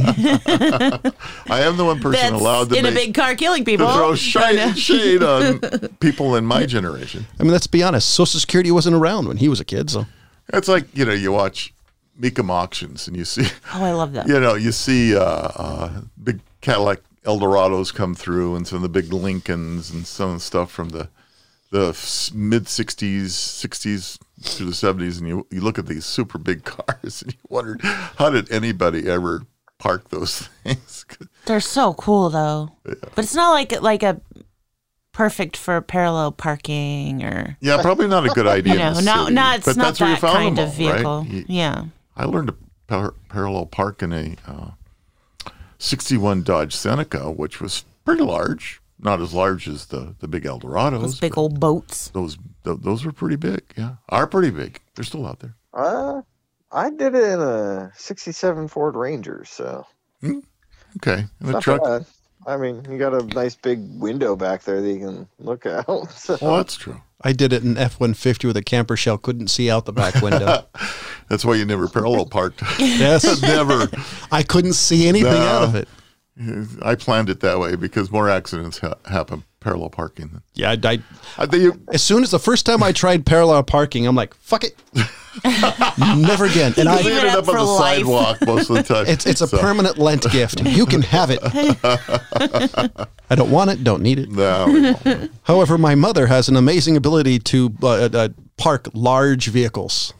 I am the one person
that's
allowed to
in a
make,
big car killing people.
to throw shade, shade on people in my generation.
I mean, let's be honest. Social Security wasn't around when he was a kid, so
It's like you know you watch Mecum auctions and you see
Oh, I love that.
you know you see uh, uh, big Cadillac Eldorados come through and some of the big Lincolns and some of the stuff from the the s- mid '60s, '60s through the '70s, and you you look at these super big cars and you wonder how did anybody ever park those things?
They're so cool though. But it's not like like a perfect for parallel parking or
Yeah, probably not a good idea.
you know,
in the
not
city,
not it's
but
not
that's where you
that
found
kind
them
of
all, right?
vehicle.
You-
Yeah.
I learned to par- parallel park in a uh, 61 Dodge Seneca, which was pretty large. Not as large as the, the big Eldorados.
Those big old boats.
Those, th- those were pretty big. Yeah. Are pretty big. They're still out there.
Uh, I did it in a 67 Ford Ranger, so.
Okay. And the
Not
truck.
bad. I mean, you got a nice big window back there that you can look out. So.
Well, that's true.
I did it in F one fifty with a camper shell, couldn't see out the back window.
That's why you never parallel parked.
yes,
never.
I couldn't see anything
No.
out of it.
I planned it that way because more accidents ha- happen parallel parking. uh,
Yeah, I, I,
I think you,
as soon as the first time I tried parallel parking, I'm like, fuck it, never again. And
you
I,
it
ended
up
up on
for
the
life.
sidewalk most of the time.
it's it's a
So,
permanent Lent gift. You can have it. I don't want it. Don't need it.
no, we won't.
However, my mother has an amazing ability to uh, uh, park large vehicles.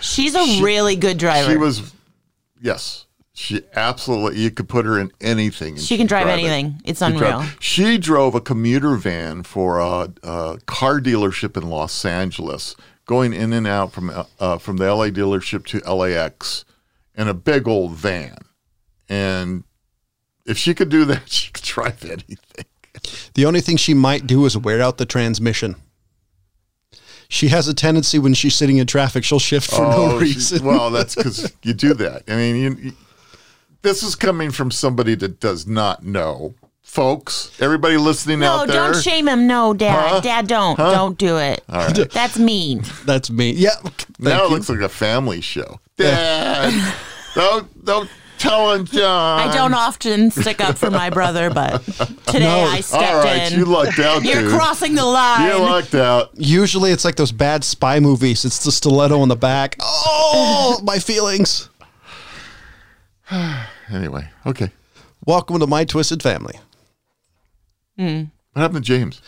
She's a really good driver.
she was, yes, she absolutely. You could put her in anything. and
She can
she'd
drive
it.
anything. It's
She drove-
unreal.
She drove a commuter van for a, a car dealership in Los Angeles, going in and out from uh, from the LA dealership to LAX, in a big old van. And if she could do that, she could drive anything.
The only thing she might do is wear out the transmission. She has a tendency when she's sitting in traffic, she'll shift for no
Oh, she-
reason.
well, that's because you do that. I mean, you, you- this is coming from somebody that does not know, folks. Everybody listening
No,
out there.
don't shame him. No, Dad. Dad, don't. Don't do it. That's mean.
That's me. Yeah. Thank
now it
you.
looks like a family show. Dad, don't don't tell him, John.
I don't often stick up for my brother, but today I stepped
All right,
in.
you lucked out,
are
dude.
crossing the line.
you lucked out.
Usually it's like those bad spy movies. It's the stiletto in the back. Oh, my feelings.
Anyway, okay.
Welcome to my twisted family.
What happened to James?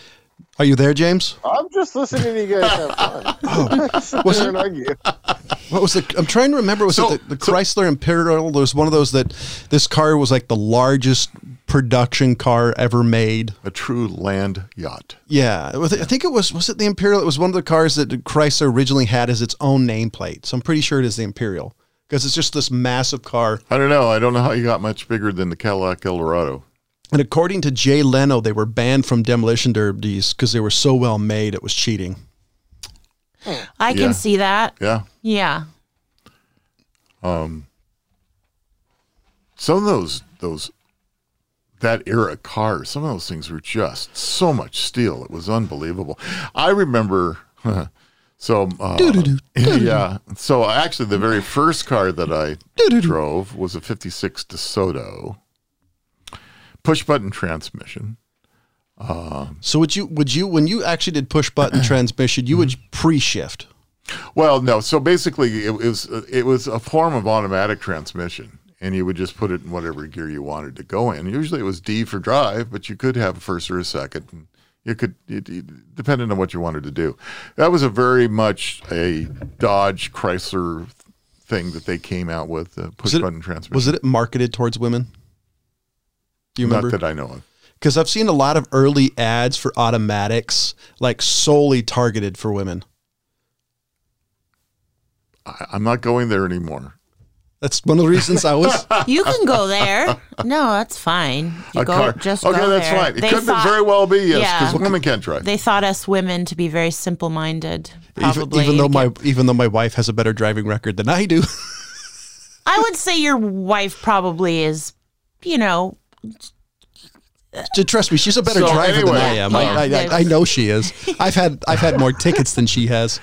Are you there, James?
I'm just listening to you guys have fun.
Oh.
Sit
Was
there
it-
and argue.
What was the? I'm trying to remember. Was
So-
it the, the Chrysler Imperial? There was one of those that this car was like the largest production car ever made.
A true land yacht.
Yeah, it was- I think it was. Was it the Imperial? It was one of the cars that Chrysler originally had as its own nameplate. So I'm pretty sure it is the Imperial because it's just this massive car.
I don't know. I don't know how you got much bigger than the Cadillac Eldorado.
And according to Jay Leno, they were banned from demolition derbies because they were so well made. It was cheating.
I can
Yeah.
see that.
Yeah.
Yeah.
Some of those those that era cars, some of those things were just so much steel. It was unbelievable. I remember so uh, yeah. So actually the very first car that I drove was a 56 DeSoto. Push button transmission.
So would you? Would you? When you actually did push button transmission, you would pre-shift.
Well, no. So basically, it was it was a form of automatic transmission, and you would just put it in whatever gear you wanted to go in. Usually, it was D for drive, but you could have a first or a second. And you could, it, it, depending on what you wanted to do. That was a very much a Dodge Chrysler thing that they came out with the push
it-
button transmission.
Was it marketed towards women? Do you remember?
Not that I know of.
because I've seen a lot of early ads for automatics, like solely targeted for women.
I, I'm not going there anymore.
That's one of the reasons I was.
You can go there. No, that's fine. You
A
go
car-
just
okay,
go
that's
there.
fine. It
They
could
thought-
very well be yes,
Yeah.
because women can't drive.
They thought us women to be very simple minded.
Even,
Probably.
even though
to
my
get-
even though my wife has a better driving record than I do,
I would say your wife probably is, you know,
Just trust me, she's a better
So
driver than I
anyway,
am. I, I, I, I know she is. I've had I've had more tickets than she has.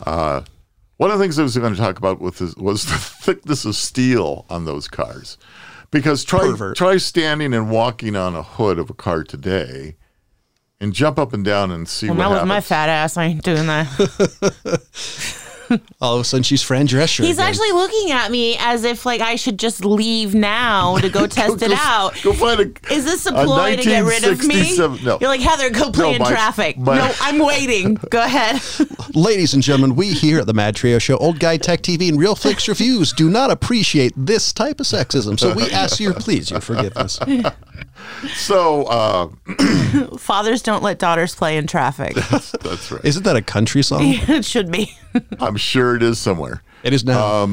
One of the things I was going to talk about with this was the thickness of steel on those cars, because try
Pervert.
try standing and walking on a hood of a car today, and jump up and down and see
well,
what
not with
happens.
my fat ass. I ain't doing that.
All of a sudden, she's Fran Drescher.
He's
again.
actually looking at me as if like I should just leave now to go test it
go,
out.
Go find a.
Is this a ploy to get rid of me?
1967 no.
You're like Heather, go play
No,
in
my-
traffic.
my-
no, I'm waiting. Go ahead.
Ladies and gentlemen, we here at the Mad Trio Show, Old Guy Tech TV, and Real Flicks Reviews do not appreciate this type of sexism. So we ask you, please, your forgiveness.
So uh,
Fathers don't let daughters play in traffic.
that's right.
Isn't that a country song?
it should be.
I'm sure it is somewhere.
It is now.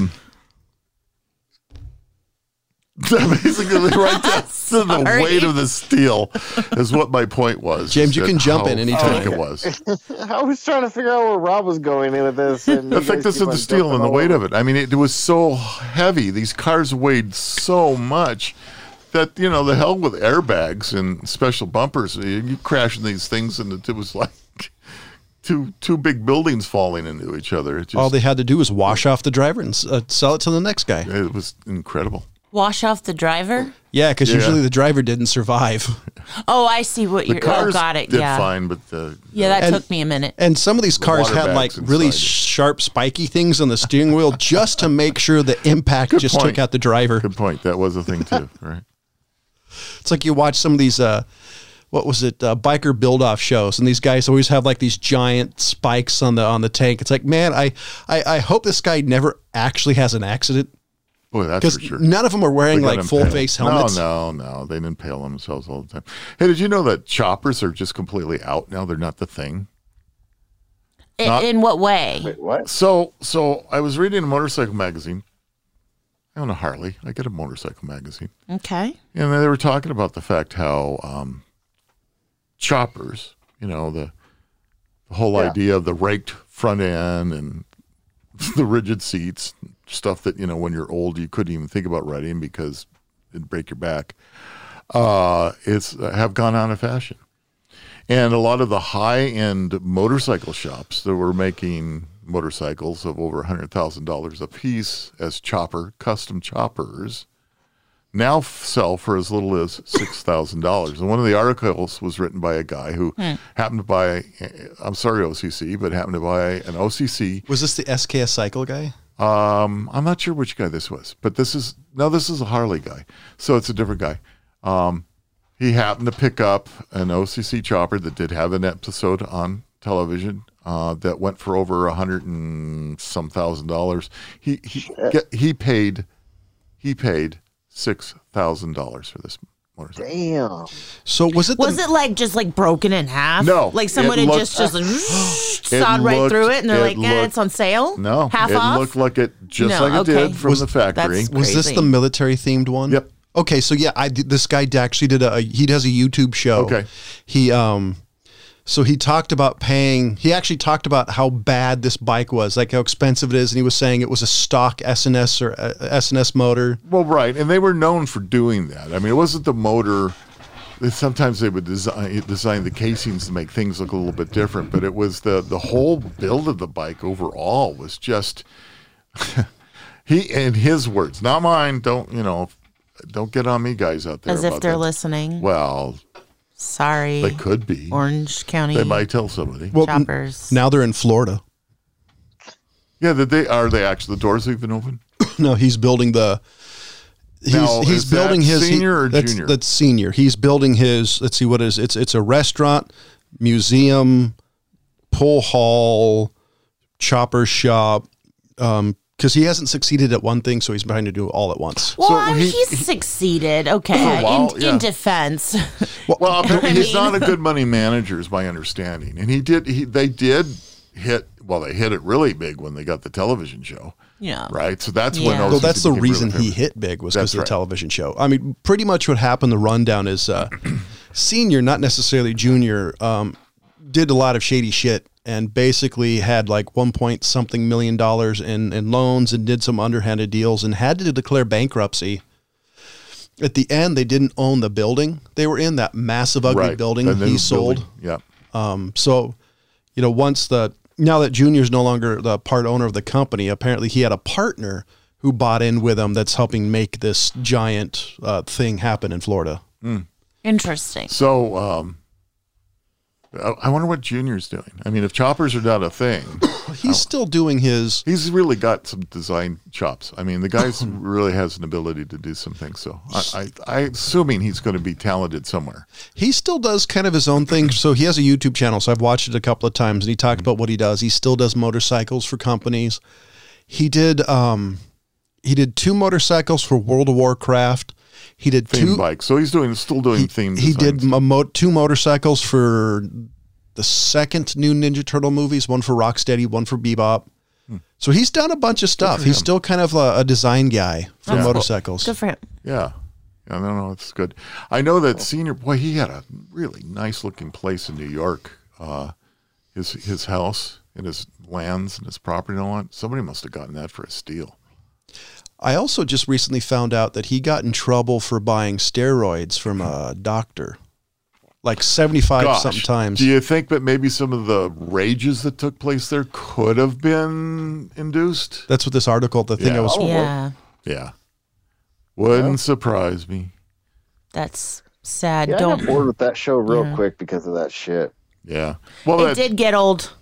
Basically, right down to the
Sorry.
weight of the steel is what my point was.
James, you
That
can jump in
how
anytime.
thick it was.
I was trying to figure out where Rob was going with this. And
the thickness of the steel and the weight of it. I mean, it, was so heavy. These cars weighed so much that you know the hell with airbags and special bumpers. You, you crashing these things, and it, it was like two two big buildings falling into each other. It just
All they had to do was wash off the driver and s- uh, sell it to the next guy.
it was incredible.
Wash off the driver.
Yeah, because
Yeah.
usually the driver didn't survive.
Oh, I see what
The
you're. Oh,
cars
got it.
did
Yeah,
fine, but uh, the
yeah. That
And-
took me a minute.
And some of these cars
water
had
bags
like
inside
really
it.
sharp, spiky things on the steering wheel just to make sure the impact just took
point.
out the driver.
good point. That was a thing too, right?
It's like you watch some of these, uh, what was it, uh, biker build off shows, and these guys always have like these giant spikes on the on the tank. It's like, man, I I, I hope this guy never actually has an accident
Boy, that's
because
for sure.
none of them are
They
wearing
got
like full
impaled.
face helmets.
No, no, no. They didn't impale themselves all the time. Hey, did you know that choppers are just completely out now? They're not the thing.
I-
Not-
in what way?
Wait, what?
So, so I was reading a motorcycle magazine. I own a Harley. I get a motorcycle magazine.
Okay.
And they were talking about the fact how um, choppers, you know, the, the whole idea of the raked front end and the rigid seats, stuff that, you know, when you're old, you couldn't even think about riding because it'd break your back, uh, it's, have gone out of fashion. And a lot of the high end motorcycle shops that were making motorcycles of over $100,000 a piece as chopper, custom choppers, now f- sell for as little as six thousand dollars. And one of the articles was written by a guy who happened to buy. eh, I'm sorry, OCC, but happened to buy an OCC.
Was this the SKS cycle guy?
Um, I'm not sure which guy this was, but this is no, this is a Harley guy, so it's a different guy. Um, he happened to pick up an OCC chopper that did have an episode on television. Uh, that went for over a hundred and some thousand dollars. He he get, he paid he paid six thousand dollars for this motorcycle.
Damn. Oh,
So was it?
Was
the,
it like just like broken in half?
No,
Like someone
it
had
looked-
just just
It
sawed right
looked-
through it, and they're
it
like, eh,
looked-
it's on sale.
No,
half
it
off.
looked like it just
No,
like it
okay.
did from
Was-
the factory.
that's-
Was this
Crazy.
the military themed one?
Yep.
Okay, so yeah, I did, this guy d- actually did a he does a YouTube show.
Okay.
He um so he talked about paying he actually talked about how bad this bike was, like how expensive it is and he was saying it was a stock SNS or uh, SNS motor.
Well, right, and they were known for doing that. I mean, it wasn't the motor. Sometimes they would design design the casings to make things look a little bit different, but it was the the whole build of the bike overall was just he in his words, not mine. Don't you know? Don't get on me, guys out there.
As if
about
they're
that.
listening.
Well,
Sorry,
they could be.
Orange County
They might tell somebody.
Well, n-
choppers.
now they're in Florida.
Yeah, that they are. They actually the doors even open.
No, he's building the He's,
Now,
he's
is that
building his he-
senior or
that's,
junior?
That's senior. He's building his. Let's see what it is. It's it's a restaurant, museum, pool hall, chopper shop. Um, because he hasn't succeeded at one thing, so he's trying to do it all at once.
well,
So
I mean,
he-
he's succeeded. Okay,
while,
in,
yeah.
in defense,
Well, apparently
I
he's
mean-
not a good money manager, is my understanding. And he did. He they did hit. Well, they hit it really big when they got the television show,
yeah.
right? So that's when.
Yeah.
OCC
Well, that's the
became really
reason he
famous.
hit big was because
That's
of the
right.
television show. I mean, pretty much what happened. The rundown is uh, senior, not necessarily junior, um, did a lot of shady shit and basically had like one point something million dollars in in loans and did some underhanded deals and had to declare bankruptcy. At the end, they didn't own the building they were in that massive ugly
Right.
building
And then
he
the
sold.
building- Yeah.
So, you know, once the now that Junior's no longer the part owner of the company, apparently he had a partner who bought in with him that's helping make this giant uh, thing happen in Florida.
Interesting.
So, um, I, I wonder what Junior's doing. I mean, if choppers are not a thing,
He's still doing his.
he's really got some design chops. I mean, the guy really has an ability to do some things. So, I, I, I assuming he's going to be talented somewhere.
He still does kind of his own thing. So he has a YouTube channel. So I've watched it a couple of times, and he talked about what he does. He still does motorcycles for companies. He did. Um, he did two motorcycles for World of Warcraft. He did
Theme
two.
bike. So he's doing still doing theme.
he
designs.
did a mo- two motorcycles for the second new Ninja Turtle movies, one for Rocksteady, one for Bebop.
Hmm.
So he's done a bunch of stuff. He's still kind of a, a design guy for motorcycles.
Good for him.
Yeah. Yeah, no, no, it's good. I know that senior boy. He had a really nice looking place in New York. Uh, his his house and his lands and his property and all that. Somebody must have gotten that for a steal.
I also just recently found out that he got in trouble for buying steroids from a doctor, like seventy-five something times.
Do you think that maybe some of the rages that took place there could have been induced? Oh,
That's what this article, the thing I
Yeah.
was.
Yeah.
Yeah. Wouldn't surprise me.
That's sad.
Yeah, I got
Don't.
bored with that show real quick because of that shit.
Yeah. Well,
It
that,
did get old.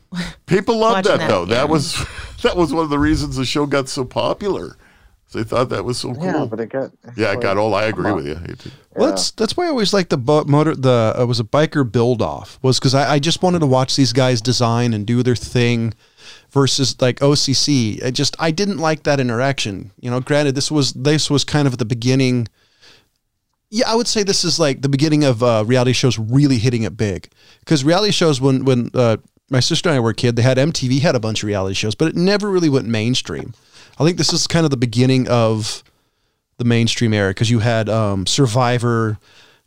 people loved
watching
that,
that,
though.
yeah.
That was that was one of the reasons the show got so popular. They thought that was so cool.
Yeah, but it got
Yeah, I
like,
got all. I agree with you. It-
Well, that's that's why I always liked the bo- motor. The uh, it was a biker build off was because I, I just wanted to watch these guys design and do their thing, versus like OCC. I just I didn't like that interaction. You know, granted this was this was kind of the beginning. Yeah, I would say this is like the beginning of uh, reality shows really hitting it big because reality shows when when uh, my sister and I were a kid, they had MTV had a bunch of reality shows, but it never really went mainstream. I think this is kind of the beginning of the mainstream era because you had um, Survivor,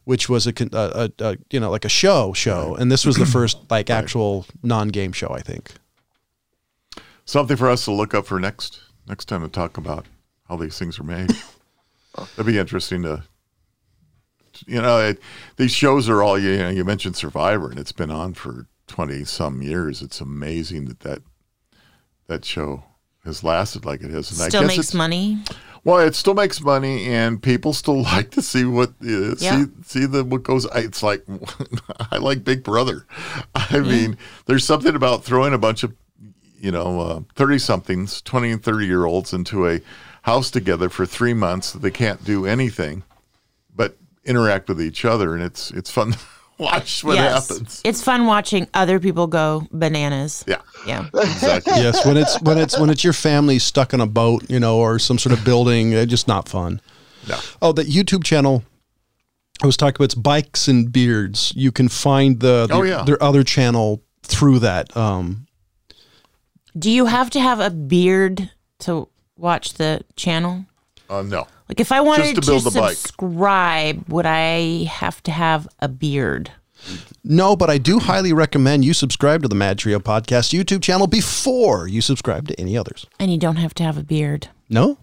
which was a, con- a, a, a you know like a show show, and this was the first like actual non game show. I think.
Something for us to look up for next next time to talk about how these things are made. That'd be interesting to. You know, it, these shows are all you know. You mentioned Survivor, and it's been on for twenty some years. It's amazing that that that show has lasted like it has. And
Still
it's,
makes money.
Well, it still makes money, and people still like to see what uh,
Yeah.
see see the what goes. I- It's like I like Big Brother. I mean, there's something about throwing a bunch of you know thirty somethings, twenty and thirty year olds into a house together for three months that they can't do anything but interact with each other, and it's it's fun to watch what
yes.
happens.
It's fun watching other people go bananas.
Yeah,
Yeah.
exactly.
yes, when it's when it's when it's your family stuck on a boat, you know, or some sort of building, uh, just not fun.
No.
Oh, that YouTube channel I was talking about, it's Bikes and Beards. You can find the, the
Oh, yeah.
their other channel through that. Um,
Do you have to have a beard to watch the channel?
Uh, no.
Like if I wanted
to
to,
build the bike.
subscribe, would I have to have a beard?
no, but I do highly recommend you subscribe to the Mad Trio podcast YouTube channel before you subscribe to any others.
And you don't have to have a beard.
No,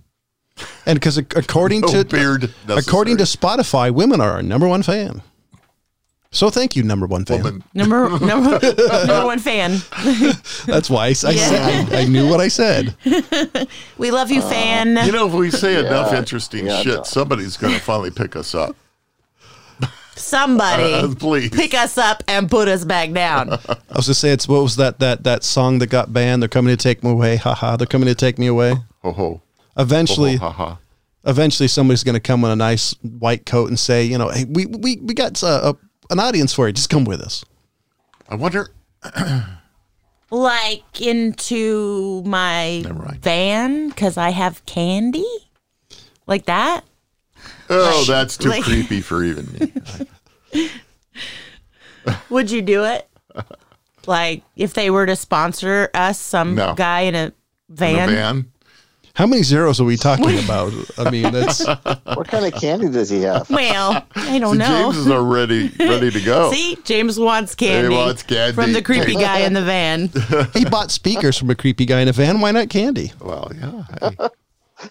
and because according
No
to
Oh, beard
according to Spotify, women are our number one fan. So thank you, number one fan.
woman.
Number number number one fan.
That's why I, s- I said, I, I knew what I said.
We love you, fan.
Uh, You know, if we say enough interesting
Yeah,
shit,
no.
somebody's going to finally pick us up.
Somebody
Uh, please.
pick us up and put us back down.
I was gonna say it's what was that that that song that got banned? They're coming to take me away. Haha, they're coming to take me away.
Ho ho.
Eventually,
Ho, ho, ha, ha.
eventually somebody's gonna come in a nice white coat and say, you know, hey, we we we got uh, a, an audience for you. Just come with us.
I wonder.
like into my
Never mind.
van because I have candy, like that.
Oh,
Like-
that's too
like-
creepy for even me.
Would you do it? like if they were to sponsor us, some
No.
guy in a
In a
van.
van.
How many zeros are we talking about? I mean, that's
What kind of candy does he have?
Well, I
So
don't know.
James is already ready to go.
Oh, See, James wants candy.
wants candy.
from the creepy guy in the van.
he bought speakers from a creepy guy in a van. Why not candy?
Well, yeah. hey.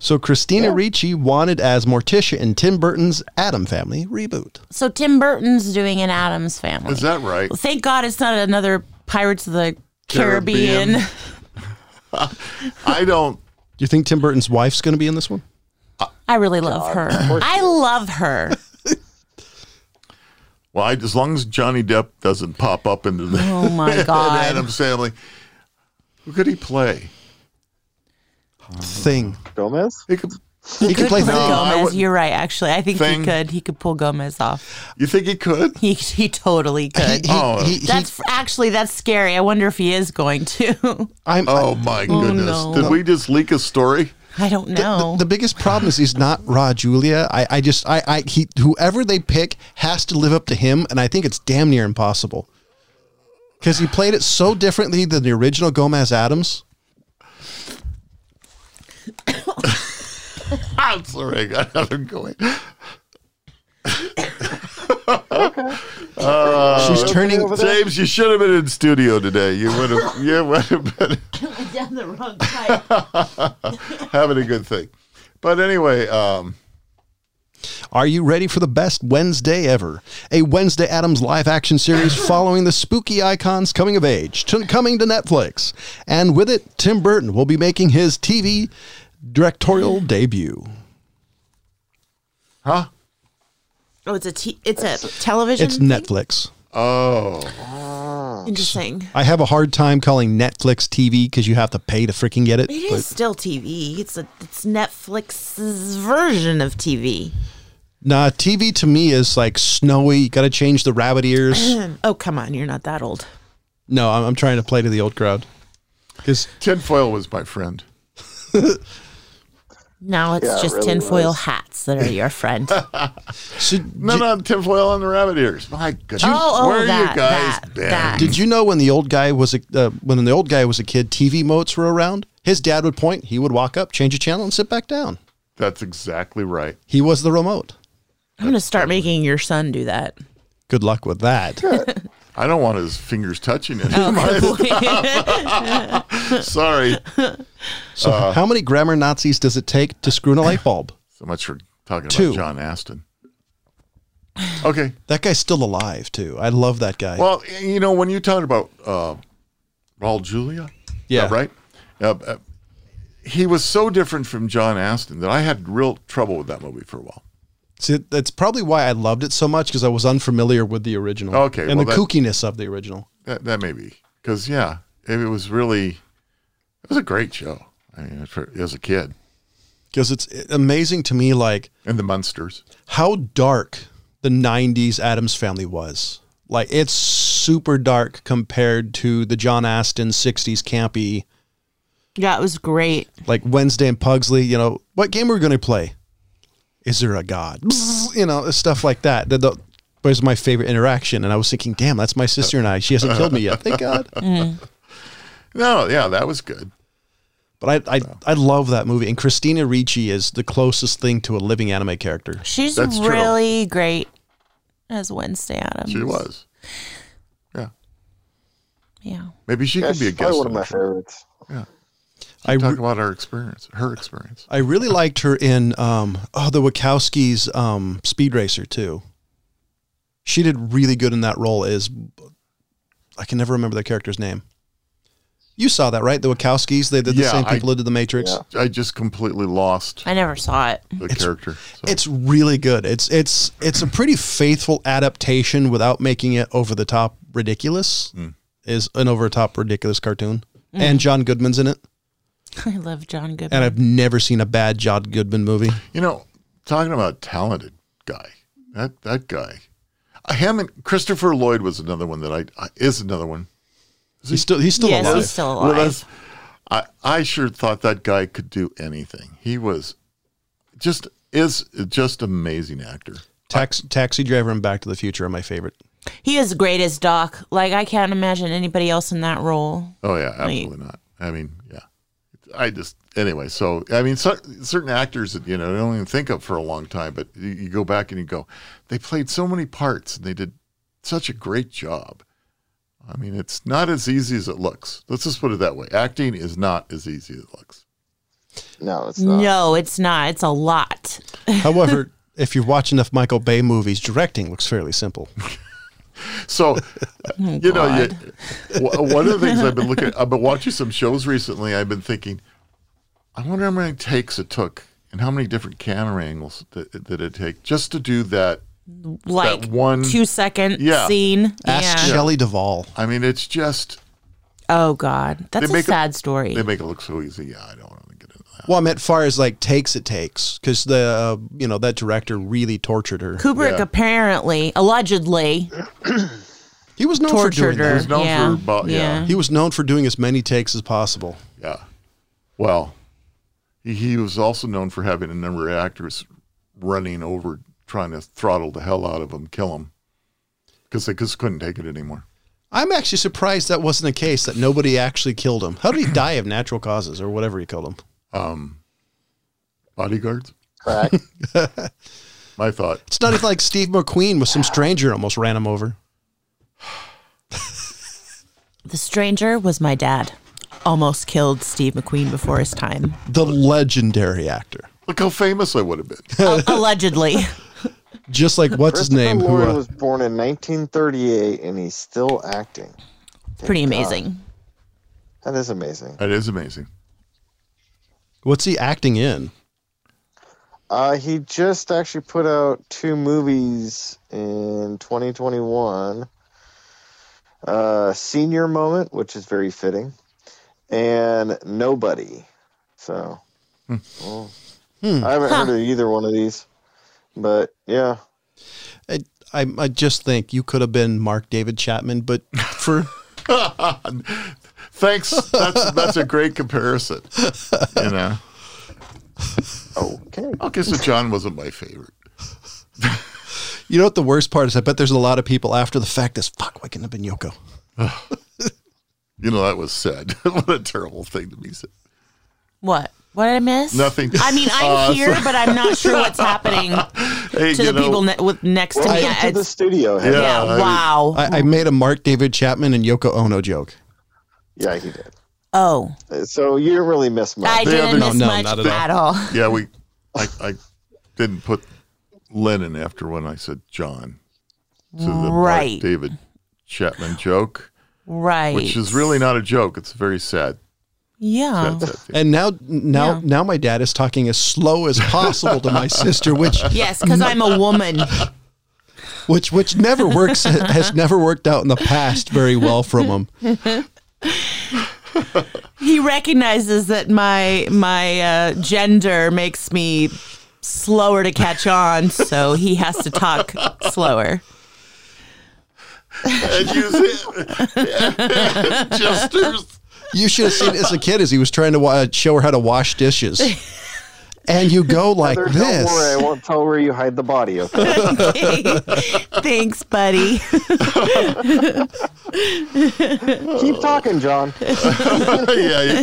So Christina Ricci wanted as Morticia in Tim Burton's Adam Family reboot.
So Tim Burton's doing an Adams Family.
Is that right?
Thank God it's not another Pirates of the Caribbean.
Caribbean. I don't.
Do you think Tim Burton's wife's going to be in this one?
I really love her. I love her.
Well, I, as long as Johnny Depp doesn't pop up into the
Oh my God.
Adam's family, who could he play?
Thing.
Gomez?
He could,
He could play
Pull
Thing.
I
Gomez,
wouldn't.
you're right. Actually, I think
Thing.
he could. He could pull Gomez off.
you think he could?
He he totally could.
He-
Oh.
he- he-
that's actually that's scary. I wonder if he is going to.
I'm,
Oh my goodness!
no.
Did we just leak a story?
I don't know.
The biggest problem is he's not raw Julia. I, I just I, I he whoever they pick has to live up to him, and I think it's damn near impossible. Because he played it so differently than the original Gomez Adams.
I'm sorry, I got another going.
She's turning
over there?
James, you should have been in studio today. You would have, you would have been
down the wrong pipe.
having a good thing. But anyway, um,
Are you ready for the best Wednesday ever? A Wednesday Adams live action series following the spooky icon's coming of age, to, coming to Netflix. And with it, Tim Burton will be making his TV
Mm.
directorial debut.
Huh?
Oh, it's a t- it's a television.
It's
thing?
Netflix.
Oh.
Interesting.
I have a hard time calling Netflix TV because you have to pay to freaking get it.
It is
but
still TV. It's a it's Netflix's version of TV.
nah, TV to me is like snowy. You got to change the rabbit ears.
Oh come on, you're not that old.
no, I'm, I'm trying to play to the old crowd. Because
Tinfoil was my friend.
Now it's
Yeah, it
just
really
tinfoil
was.
hats that are your friend.
No, no, tinfoil on the rabbit ears. My goodness.
oh,
Where
that,
you guys
that,
been?
that.
Did you know when the old guy was a uh, when the old guy was a kid, TV modes were around. His dad would point. He would walk up, change a channel, and sit back down.
That's exactly right.
He was the remote.
I'm gonna start making your son do that.
Good luck with that.
I don't want his fingers touching it.
Oh,
Sorry.
So,
Uh,
how many grammar Nazis does it take to screw in a light bulb?
So much for talking
Two.
about John Aston. Okay.
That guy's still alive too. I love that guy.
Well, you know, when you talked about uh, Raul Julia, is
Yeah.
that right? Uh, uh, he was so different from John Aston that I had real trouble with that movie for a while.
See, that's probably why I loved it so much because I was unfamiliar with the original.
Okay,
and
well,
the
that-
kookiness of the original.
That that may be because yeah, it, was really it was a great show. I mean, for, as a kid,
Because it's amazing to me, like
and the Munsters.
how dark the 90s Adams family was. Like it's super dark compared to the John Aston 60s campy,
yeah, it was great.
like Wednesday and Pugsley, you know, what game are we going to play? Is there a God? Bzzz, You know, stuff like that. That the, but it's my favorite interaction. And I was thinking, damn, that's my sister and I. She hasn't killed me yet. Thank God.
No, yeah, that was good.
But I, I, I love that movie. And Christina Ricci is the closest thing to a living anime character.
She's
That's true.
really great as Wednesday Adams.
She was. Yeah,
Yeah.
maybe she
Yeah,
could be a
she's probably
guest.
one of
on
my
the show.
favorites.
I, re-
Talk about our experience, her experience.
I really liked her in um, oh the Wachowskis um, Speed Racer too. She did really good in that role. Is I can never remember the character's name. You saw that right? The Wachowskis. They did the
Yeah,
same
I-
people who did the Matrix.
Yeah.
I just completely lost
I never saw it.
the character. So.
It's really good. It's it's it's a pretty faithful adaptation without making it over the top ridiculous.
Hmm.
Is an over the top ridiculous cartoon,
Hmm.
and John Goodman's in it.
I love John Goodman.
And I've never seen a bad John Goodman movie.
You know, talking about talented guy, that that guy, him and Christopher Lloyd was another one that I, I is another one.
He's still he's still
yes,
alive.
he's still
Well,
alive.
that's, I I sure thought that guy could do anything. He was just is just amazing actor.
Tax, taxi driver and Back to the Future are my favorite.
he is great as Doc. Like I can't imagine anybody else in that role.
Oh yeah, absolutely not. I mean, yeah. I just anyway. So I mean, cer certain actors that you know I don't even think of for a long time, but you, you go back and you go, they played so many parts and they did such a great job. I mean, it's not as easy as it looks. Let's just put it that way. Acting is not as easy as it looks.
No, it's not.
No, it's not. It's a lot.
However, if you watch enough Michael Bay movies, directing looks fairly simple.
So, you know, you, w- one of the things I've been looking, I've been watching some shows recently. I've been thinking, I wonder how many takes it took and how many different camera angles that, that it take just to do that.
Like
one-
two second
Yeah.
scene.
Ask
yeah.
Shelley Duvall.
I mean, it's just
Oh God, that's
They
a
make a-
sad story.
they make it look so easy. Yeah, I don't want to get into that.
Well, I meant far as like takes it takes, because the uh, you know that director really tortured her.
Kubrick
Yeah.
apparently, allegedly,
He was known for
tortured
doing
her.
that.
He's known for
yeah.
bo- yeah.
He was known for doing as many takes as possible.
Yeah. Well, he, he was also known for having a number of actors running over, trying to throttle the hell out of him, kill him, because they just couldn't take it anymore.
I'm actually surprised that wasn't the case that nobody actually killed him. How did he die of natural causes or whatever he killed him?
Bodyguards.
Crack.
My thought.
It's not even like Steve McQueen with some stranger almost ran him over.
The stranger was my dad. Almost killed Steve McQueen before his time,
The legendary actor,
Look how famous I would have been.
Al- allegedly.
just like what's his
Christopher
name? Who,
Lloyd
uh,
was born in 1938 and he's still acting.
Pretty amazing.
That is amazing.
That is amazing.
What's he acting in?
Uh, he just actually put out two movies in 2021. Uh, Senior Moment, which is very fitting, and Nobody. So,
Hmm.
well, I haven't heard of either one of these, but yeah,
I, I, I just think you could have been Mark David Chapman, but for
Thanks. That's that's a great comparison. You know.
okay.
Okay, so John wasn't my favorite.
you know what the worst part is? I bet there's a lot of people after the fact is fuck. Why couldn't it have been Yoko?
You know that was said. what a terrible thing to be said.
What? What did I miss?
Nothing.
I mean, I'm
Uh,
here, but I'm not sure what's happening
Hey,
to
you
the
know,
people ne- with next to me.
Welcome
Yeah,
to the
it's-
studio. Hank.
Yeah.
yeah,
I-
wow.
I, I made a Mark David Chapman and Yoko Ono joke.
yeah, he did.
oh,
Uh, So you didn't really miss much.
I
other-
didn't miss
No, no,
much
not
at,
at all.
all.
Yeah, we. I, I didn't put Lennon after when I said John to the Mark
Right.
David Chapman joke,
Right.
which is really not a joke. It's very sad.
yeah.
sad, sad thing.
And now, now,
Yeah.
now, my dad is talking as slow as possible to my sister, which,
Yes, because I'm a woman.
which, which never works, has never worked out in the past very well from him.
He recognizes that my my uh, gender makes me slower to catch on, so he has to talk slower.
And use it. Jesters.
You should have seen it as a kid as he was trying to wa- show her how to wash dishes. And you go like
Heather,
this.
Don't worry, I won't tell where you hide the body. Okay.
Thanks, buddy.
Keep talking, John.
yeah,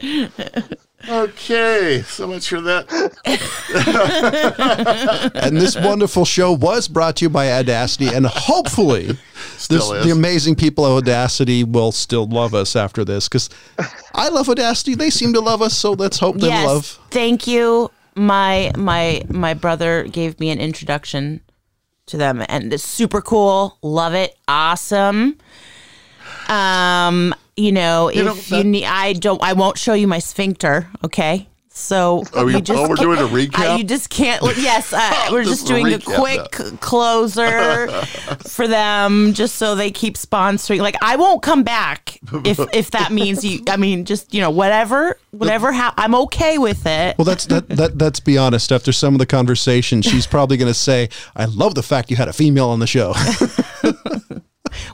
yeah. Okay, so much for that.
And this wonderful show was brought to you by Audacity, and hopefully, this,
Still is.
the amazing people of Audacity will still love us after this because I love Audacity. They seem to love us, so let's hope they
yes,
love.
thank you. My my my brother gave me an introduction to them, and it's super cool. Love it. Awesome. Um, you know, if you,
know, that-
need, I don't, I won't show you my sphincter. Okay, so
Are we,
you just
oh, we're doing a
I-
recap.
you just can't. Yes, uh, we're
Just
just, doing a
recap
quick closer for them, just so they keep sponsoring. Like I won't come back if if that means you. I mean, just you know, whatever, whatever. Ha- I'm okay with it.
Well, that's that, that that's be honest. After some of the conversation, she's probably going to say, "I love the fact you had a female on the show."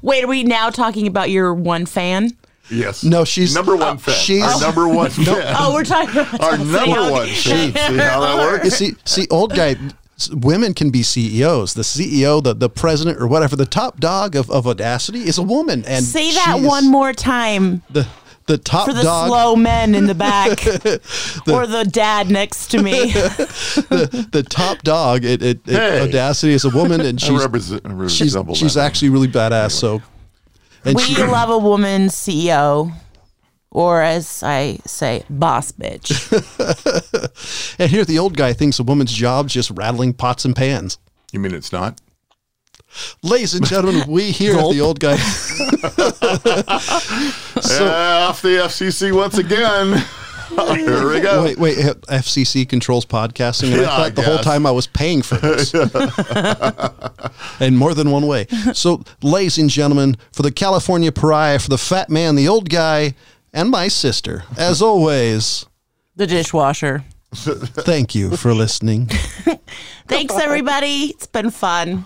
Wait, are we now talking about your one fan?
yes.
No, she's-
number one fan.
she's-
Our number one fan.
Oh, we're talking about
Our number
Okay.
one fan. See how that works?
You see, see, old guy. s- Women can be CEOs. The CEO, the, the president, or whatever, the top dog of, of Audacity is a woman. And
Say that
she is
one more time
The the top
for the
dog.
slow men in the back or the dad next to me.
the top dog at, at, at
Hey.
Audacity is a woman, and
I
she's
represent, I
she's,
resemble
she's
that.
actually really badass. So, and
We
she,
love a woman CEO, or as I say, boss bitch.
and here the old guy thinks a woman's job's just rattling pots and pans.
You mean it's not?
Ladies and gentlemen, we here at the old guy.
Yeah, off the FCC once again. Here we go.
wait, wait, FCC controls podcasting, and I
Yeah, I
thought the whole
guess.
time I was paying for this, in more than one way. So, ladies and gentlemen, for the California pariah, for the fat man, the old guy, and my sister, as always,
The dishwasher.
thank you for listening.
Thanks, everybody. It's been fun.